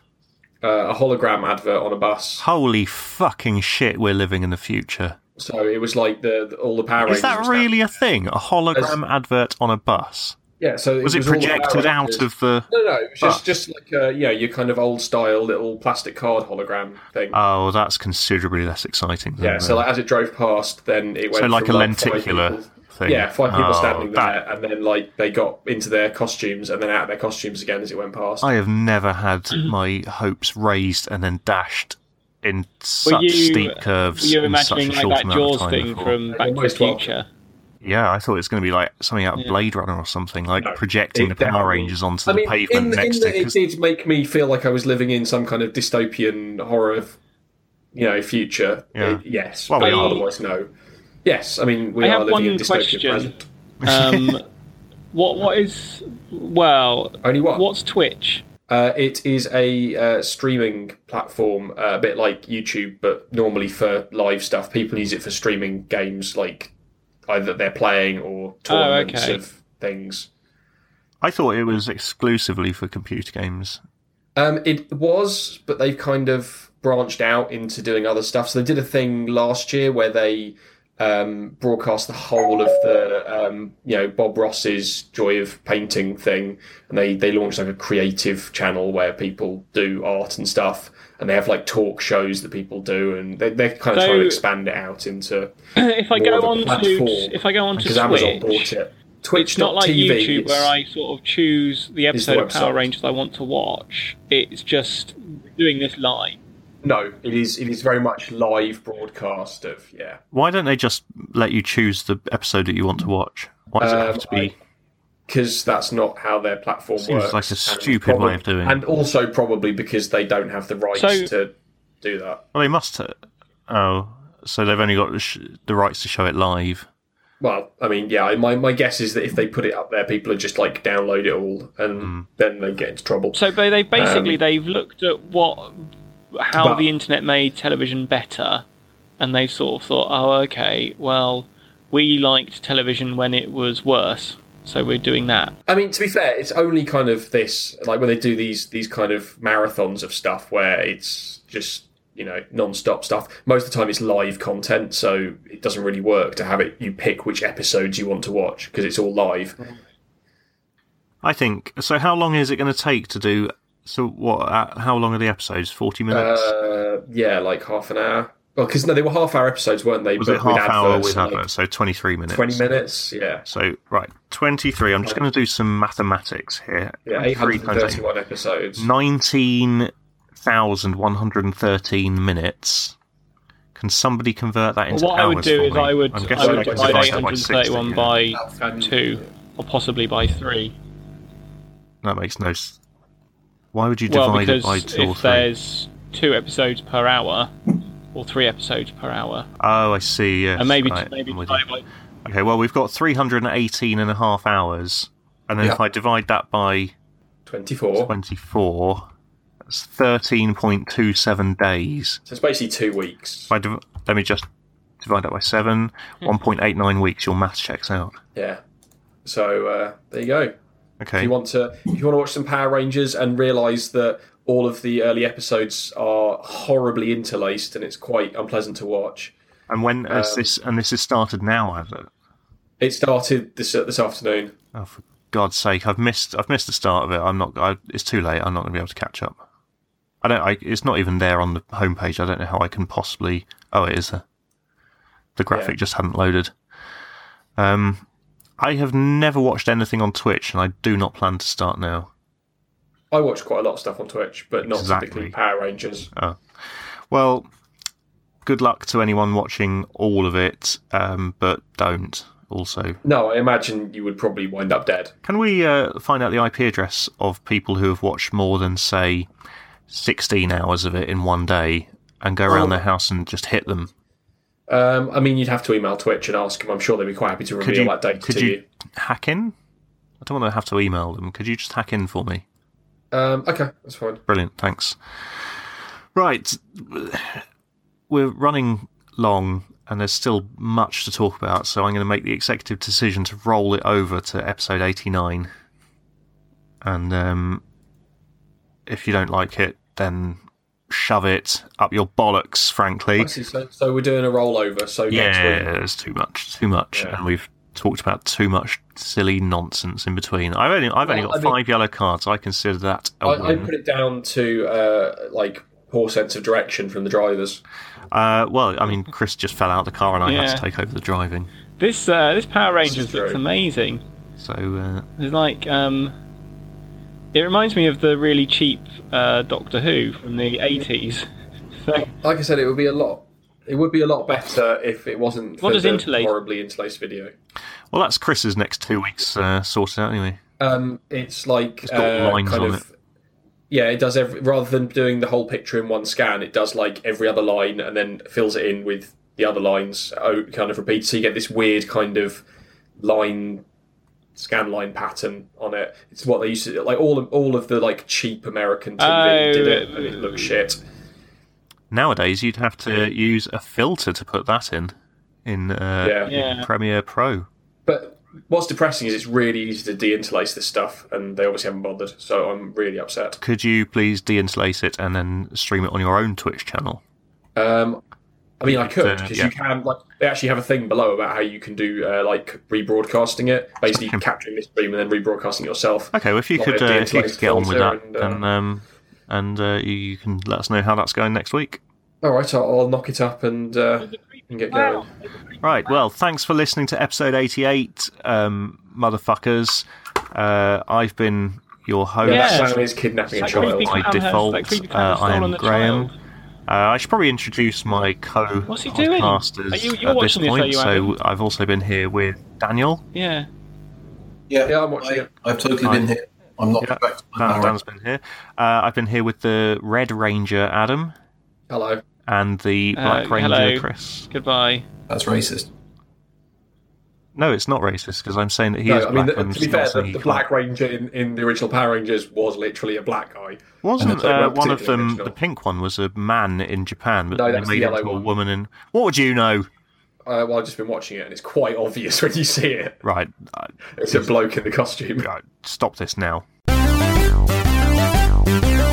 Speaker 6: Uh, a hologram advert on a bus.
Speaker 4: Holy fucking shit! We're living in the future.
Speaker 6: So it was like the, the- all the Power Rangers.
Speaker 4: Is that
Speaker 6: were
Speaker 4: really a thing? A hologram advert on a bus?
Speaker 6: Yeah. So
Speaker 4: Was it
Speaker 6: all the Power
Speaker 4: projected out
Speaker 6: Rangers-
Speaker 4: of Ah. the?
Speaker 6: No, no, it was
Speaker 4: bus?
Speaker 6: just just like uh, yeah, your kind of old style little plastic card hologram thing.
Speaker 4: Oh, that's considerably less exciting. Than
Speaker 6: yeah. So
Speaker 4: the-
Speaker 6: like as it drove past, then it went.
Speaker 4: so like a
Speaker 6: from, five
Speaker 4: lenticular
Speaker 6: people-
Speaker 4: thing.
Speaker 6: Yeah, five people
Speaker 4: Oh,
Speaker 6: standing
Speaker 4: that-
Speaker 6: there, and then like they got into their costumes, and then out of their costumes again as it went past.
Speaker 4: I have never had my hopes raised and then dashed in such
Speaker 3: you-
Speaker 4: steep curves.
Speaker 3: Were you
Speaker 4: in such a
Speaker 3: imagining like that
Speaker 4: short amount of
Speaker 3: Jaws
Speaker 4: time
Speaker 3: thing
Speaker 4: before.
Speaker 3: from Back to the
Speaker 6: Almost welcome.
Speaker 3: Future?
Speaker 4: Yeah, I thought it was going to be like something out of Blade Runner or something, like
Speaker 6: No,
Speaker 4: projecting
Speaker 6: it
Speaker 4: the Power
Speaker 6: definitely-
Speaker 4: Rangers onto
Speaker 6: I
Speaker 4: the
Speaker 6: mean,
Speaker 4: pavement
Speaker 6: in,
Speaker 4: next
Speaker 6: in
Speaker 4: to.
Speaker 6: that it
Speaker 4: 'cause-
Speaker 6: did make me feel like I was living in some kind of dystopian horror, you know, future.
Speaker 4: Yeah.
Speaker 6: It- yes,
Speaker 4: Well,
Speaker 6: but
Speaker 4: we are.
Speaker 6: otherwise no. Yes, I mean we
Speaker 3: I
Speaker 6: are
Speaker 3: have
Speaker 6: living in
Speaker 3: one
Speaker 6: dystopian
Speaker 3: question.
Speaker 6: present.
Speaker 3: Um, what what is well?
Speaker 6: Only one.
Speaker 3: What's Twitch?
Speaker 6: Uh, it is a uh, streaming platform, uh, a bit like YouTube, but normally for live stuff. People use it for streaming games, like either they're playing or tournaments
Speaker 3: Oh, okay.
Speaker 6: of things.
Speaker 4: I thought it was exclusively for computer games.
Speaker 6: Um, it was, but they've kind of branched out into doing other stuff. So they did a thing last year where they um, broadcast the whole of the um, you know Bob Ross's Joy of Painting thing, and they they launched like a creative channel where people do art and stuff, and they have like talk shows that people do, and they, they're kind of
Speaker 3: So-
Speaker 6: trying to expand it out into
Speaker 3: if I
Speaker 6: more
Speaker 3: go
Speaker 6: of a
Speaker 3: on
Speaker 6: platform,
Speaker 3: to if I go on to
Speaker 6: because
Speaker 3: Twitch,
Speaker 6: Amazon bought it. Twitch
Speaker 3: it's not like YouTube where
Speaker 6: I.
Speaker 3: I sort of choose the episode of Power
Speaker 6: website.
Speaker 3: Rangers I want to watch. It's just doing this live.
Speaker 6: No, it is it is very much live broadcast of yeah.
Speaker 4: Why don't they just let you choose the episode that you want to watch? Why does it have
Speaker 6: Um,
Speaker 4: to be?
Speaker 6: because that's not how their platform
Speaker 4: Seems
Speaker 6: works.
Speaker 4: like a
Speaker 6: and
Speaker 4: stupid way of doing it.
Speaker 6: And also probably because they don't have the rights
Speaker 3: So-
Speaker 6: to do that.
Speaker 4: Well, they must. uh, Oh, so they've only got the sh- the rights to show it live.
Speaker 6: Well, I mean, yeah, I- my, my guess is that if they put it up there, people are just like download it all, and
Speaker 4: Hmm.
Speaker 6: then they get into trouble.
Speaker 3: So they they basically they've looked at what how
Speaker 6: Um, But-
Speaker 3: the internet made television better, and they've sort of thought, oh okay, well we liked television when it was worse, So we're doing that.
Speaker 6: I mean, to be fair, it's only kind of this, like when they do these these kind of marathons of stuff where it's just you know non-stop stuff. Most of the time, it's live content, so it doesn't really work to have it. You pick which episodes you want to watch because it's all live.
Speaker 4: I think. So, how long is it going to take to do? So, what? Uh, how long are the episodes? Forty minutes.
Speaker 6: Uh, yeah, like half an hour. Well, because no, they were half hour episodes, weren't they?
Speaker 4: was it half hour with
Speaker 6: like
Speaker 4: adverts? So twenty-three minutes.
Speaker 6: Twenty minutes. Yeah.
Speaker 4: So right, twenty-three. I'm just going to do some mathematics here.
Speaker 6: Yeah,
Speaker 4: 23 times eight.
Speaker 6: 831 episodes.
Speaker 4: Nineteen thousand one hundred and thirteen minutes. Can somebody convert that into
Speaker 3: what I
Speaker 4: hours
Speaker 3: would do
Speaker 4: for
Speaker 3: is
Speaker 4: me?
Speaker 3: I would
Speaker 4: I'm
Speaker 3: I
Speaker 4: guessing
Speaker 3: would
Speaker 4: can
Speaker 3: divide
Speaker 4: divide that by 60,
Speaker 3: 831
Speaker 4: yeah.
Speaker 3: by
Speaker 5: Um,
Speaker 3: two, or possibly by three.
Speaker 4: That makes no. s- Why would you
Speaker 3: Well,
Speaker 4: divide it
Speaker 3: because
Speaker 4: by two or
Speaker 3: if
Speaker 4: three?
Speaker 3: there's two episodes per hour, or three episodes per hour,
Speaker 4: Oh, I see. Yes,
Speaker 3: and maybe
Speaker 4: right,
Speaker 3: maybe
Speaker 4: I'm with
Speaker 3: divide
Speaker 4: you.
Speaker 3: by
Speaker 4: Okay, well, we've got 318 and a half hours, and then
Speaker 5: Yeah.
Speaker 4: if I divide that by
Speaker 6: 24.
Speaker 4: 24, that's 13.27 days.
Speaker 6: So it's basically two weeks.
Speaker 4: If I div- let me just divide that by 7, 1.89 weeks, your math checks out.
Speaker 6: Yeah. So uh, there you go. If
Speaker 4: Okay,
Speaker 6: you want to, if you want to watch some Power Rangers and realise that all of the early episodes are horribly interlaced and it's quite unpleasant to watch,
Speaker 4: and when has this, and this is started now, has it?
Speaker 6: it started this uh, this afternoon.
Speaker 4: Oh, for God's sake, I've missed, I've missed the start of it. I'm not, I, it's too late. I'm not going to be able to catch up. I don't, I, it's not even there on the homepage. I don't know how I can possibly, oh, it is there. The graphic
Speaker 6: Yeah.
Speaker 4: just hadn't loaded. Um, I have never watched anything on Twitch, and I do not plan to start now.
Speaker 6: I watch quite a lot of stuff on Twitch, but not
Speaker 4: Exactly. Uh,
Speaker 6: typically Power Rangers.
Speaker 4: Well, good luck to anyone watching all of it, um, but don't also.
Speaker 6: No, I imagine you would probably wind up dead.
Speaker 4: Can we uh, find out the IP address of people who have watched more than, say, 16 hours of it in one day and go around
Speaker 6: Oh.
Speaker 4: their house and just hit them?
Speaker 6: Um, I mean, you'd have to email Twitch and ask them. I'm sure they'd be quite happy to
Speaker 4: Could
Speaker 6: reveal
Speaker 4: you,
Speaker 6: that data
Speaker 4: could
Speaker 6: to
Speaker 4: you hack in? I don't want to have to email them. Could you just hack in for me?
Speaker 6: you. Um, okay, that's fine.
Speaker 4: Brilliant, thanks. Right, we're running long and there's still much to talk about, so I'm going to make the executive decision to roll it over to episode 89. And um, if you don't like it, then shove it up your bollocks, frankly.
Speaker 6: I see. So, so we're doing a rollover. So next week.
Speaker 4: Yeah, it's too much, too much,
Speaker 6: Yeah.
Speaker 4: and we've talked about too much silly nonsense in between. I've only, I've only
Speaker 6: Well,
Speaker 4: got
Speaker 6: I mean-
Speaker 4: five yellow cards. I consider that a
Speaker 6: I, I
Speaker 4: win.
Speaker 6: put it down to uh, like poor sense of direction from the drivers.
Speaker 4: Uh, well, I mean, Chris just fell out of the car, and I had
Speaker 3: Yeah.
Speaker 4: to take over the driving.
Speaker 3: this. Uh, this Power Rangers
Speaker 6: is
Speaker 3: looks
Speaker 6: true.
Speaker 3: amazing.
Speaker 4: So uh,
Speaker 3: It's like um, it reminds me of the really cheap uh, Doctor Who from the 80s. So,
Speaker 6: Like I said, it would be a lot. It would be a lot better if it wasn't
Speaker 3: What
Speaker 6: for
Speaker 3: is
Speaker 6: the
Speaker 3: interlace?
Speaker 6: horribly interlaced video.
Speaker 4: well, that's Chris's next two weeks uh, sorted out anyway.
Speaker 6: Um, it's like
Speaker 4: got
Speaker 6: uh,
Speaker 4: lines
Speaker 6: kind
Speaker 4: on
Speaker 6: of. Yeah, it does. Every, rather than doing the whole picture in one scan, it does like every other line and then fills it in with the other lines. Oh, kind of repeats. So you get this weird kind of line scan line pattern on it. It's what they used to like all of, all of the like cheap American TV
Speaker 3: Oh,
Speaker 6: did it, and it looked shit.
Speaker 4: Nowadays, you'd have to use a filter to put that in in uh,
Speaker 6: Yeah.
Speaker 3: yeah.
Speaker 4: Premiere Pro.
Speaker 6: But what's depressing is it's really easy to deinterlace this stuff, and they obviously haven't bothered. So I'm really upset.
Speaker 4: Could you please deinterlace it and then stream it on your own Twitch channel?
Speaker 6: Um, I mean, I could
Speaker 4: Uh,
Speaker 6: because
Speaker 4: yeah.
Speaker 6: you can like they actually have a thing below about how you can do uh, like rebroadcasting it, basically
Speaker 4: Okay.
Speaker 6: capturing this stream and then rebroadcasting it yourself.
Speaker 4: Okay, well, if you
Speaker 6: Like
Speaker 4: could,
Speaker 6: a
Speaker 4: uh, if you could
Speaker 6: deinterlaced
Speaker 4: get on with
Speaker 6: filter
Speaker 4: that,
Speaker 6: and, uh,
Speaker 4: then um, and uh, you, you can let us know how that's going next week.
Speaker 6: All right, I'll, I'll knock it up and uh, and get going.
Speaker 4: Right. Well, thanks for listening to episode 88, um, motherfuckers. Uh, I've been your host.
Speaker 3: Yeah.
Speaker 6: That clown is kidnapping a
Speaker 3: That
Speaker 6: child.
Speaker 3: creepy
Speaker 4: By
Speaker 3: clown has-
Speaker 4: default,
Speaker 3: that creepy
Speaker 4: uh,
Speaker 3: clown has
Speaker 4: I am
Speaker 3: stolen the
Speaker 4: Graham.
Speaker 3: child.
Speaker 4: Uh, I should probably introduce my co
Speaker 3: What's he doing? Are
Speaker 4: podcasters
Speaker 3: you- you're
Speaker 4: at this
Speaker 3: watching this, are
Speaker 4: point.
Speaker 3: you,
Speaker 4: so
Speaker 3: Adam?
Speaker 4: I've also been here with Daniel.
Speaker 3: Yeah.
Speaker 5: yeah,
Speaker 6: Yeah, I'm watching
Speaker 5: I,
Speaker 6: it.
Speaker 5: I've totally been here. I'm not
Speaker 4: Yeah,
Speaker 5: back to my
Speaker 4: Dan,
Speaker 5: power.
Speaker 4: Dan's been here. Uh, I've been here with the Red Ranger Adam
Speaker 6: Hello.
Speaker 4: and the
Speaker 3: Uh,
Speaker 4: Black Ranger
Speaker 3: hello.
Speaker 4: Chris.
Speaker 3: Goodbye.
Speaker 5: That's racist.
Speaker 4: No, it's not racist because I'm saying that he is
Speaker 6: No, I mean,
Speaker 4: black.
Speaker 6: the,
Speaker 4: I'm
Speaker 6: to be
Speaker 4: not
Speaker 6: fair,
Speaker 4: saying
Speaker 6: the,
Speaker 4: he
Speaker 6: the
Speaker 4: can't
Speaker 6: Black Ranger in, in the original Power Rangers was literally a black guy.
Speaker 4: Wasn't
Speaker 5: they
Speaker 6: weren't
Speaker 4: uh, one of
Speaker 6: particularly
Speaker 4: them
Speaker 6: original.
Speaker 4: the pink one was a man in Japan, but
Speaker 6: No,
Speaker 4: they
Speaker 6: that's the
Speaker 4: made it
Speaker 6: yellow
Speaker 4: into a
Speaker 6: one.
Speaker 4: woman in. What would you know?
Speaker 6: Uh, well, I've just been watching it, and it's quite obvious when you see it.
Speaker 4: Right, uh,
Speaker 6: It's a bloke in the costume.
Speaker 4: right, stop this now.
Speaker 7: Thank you.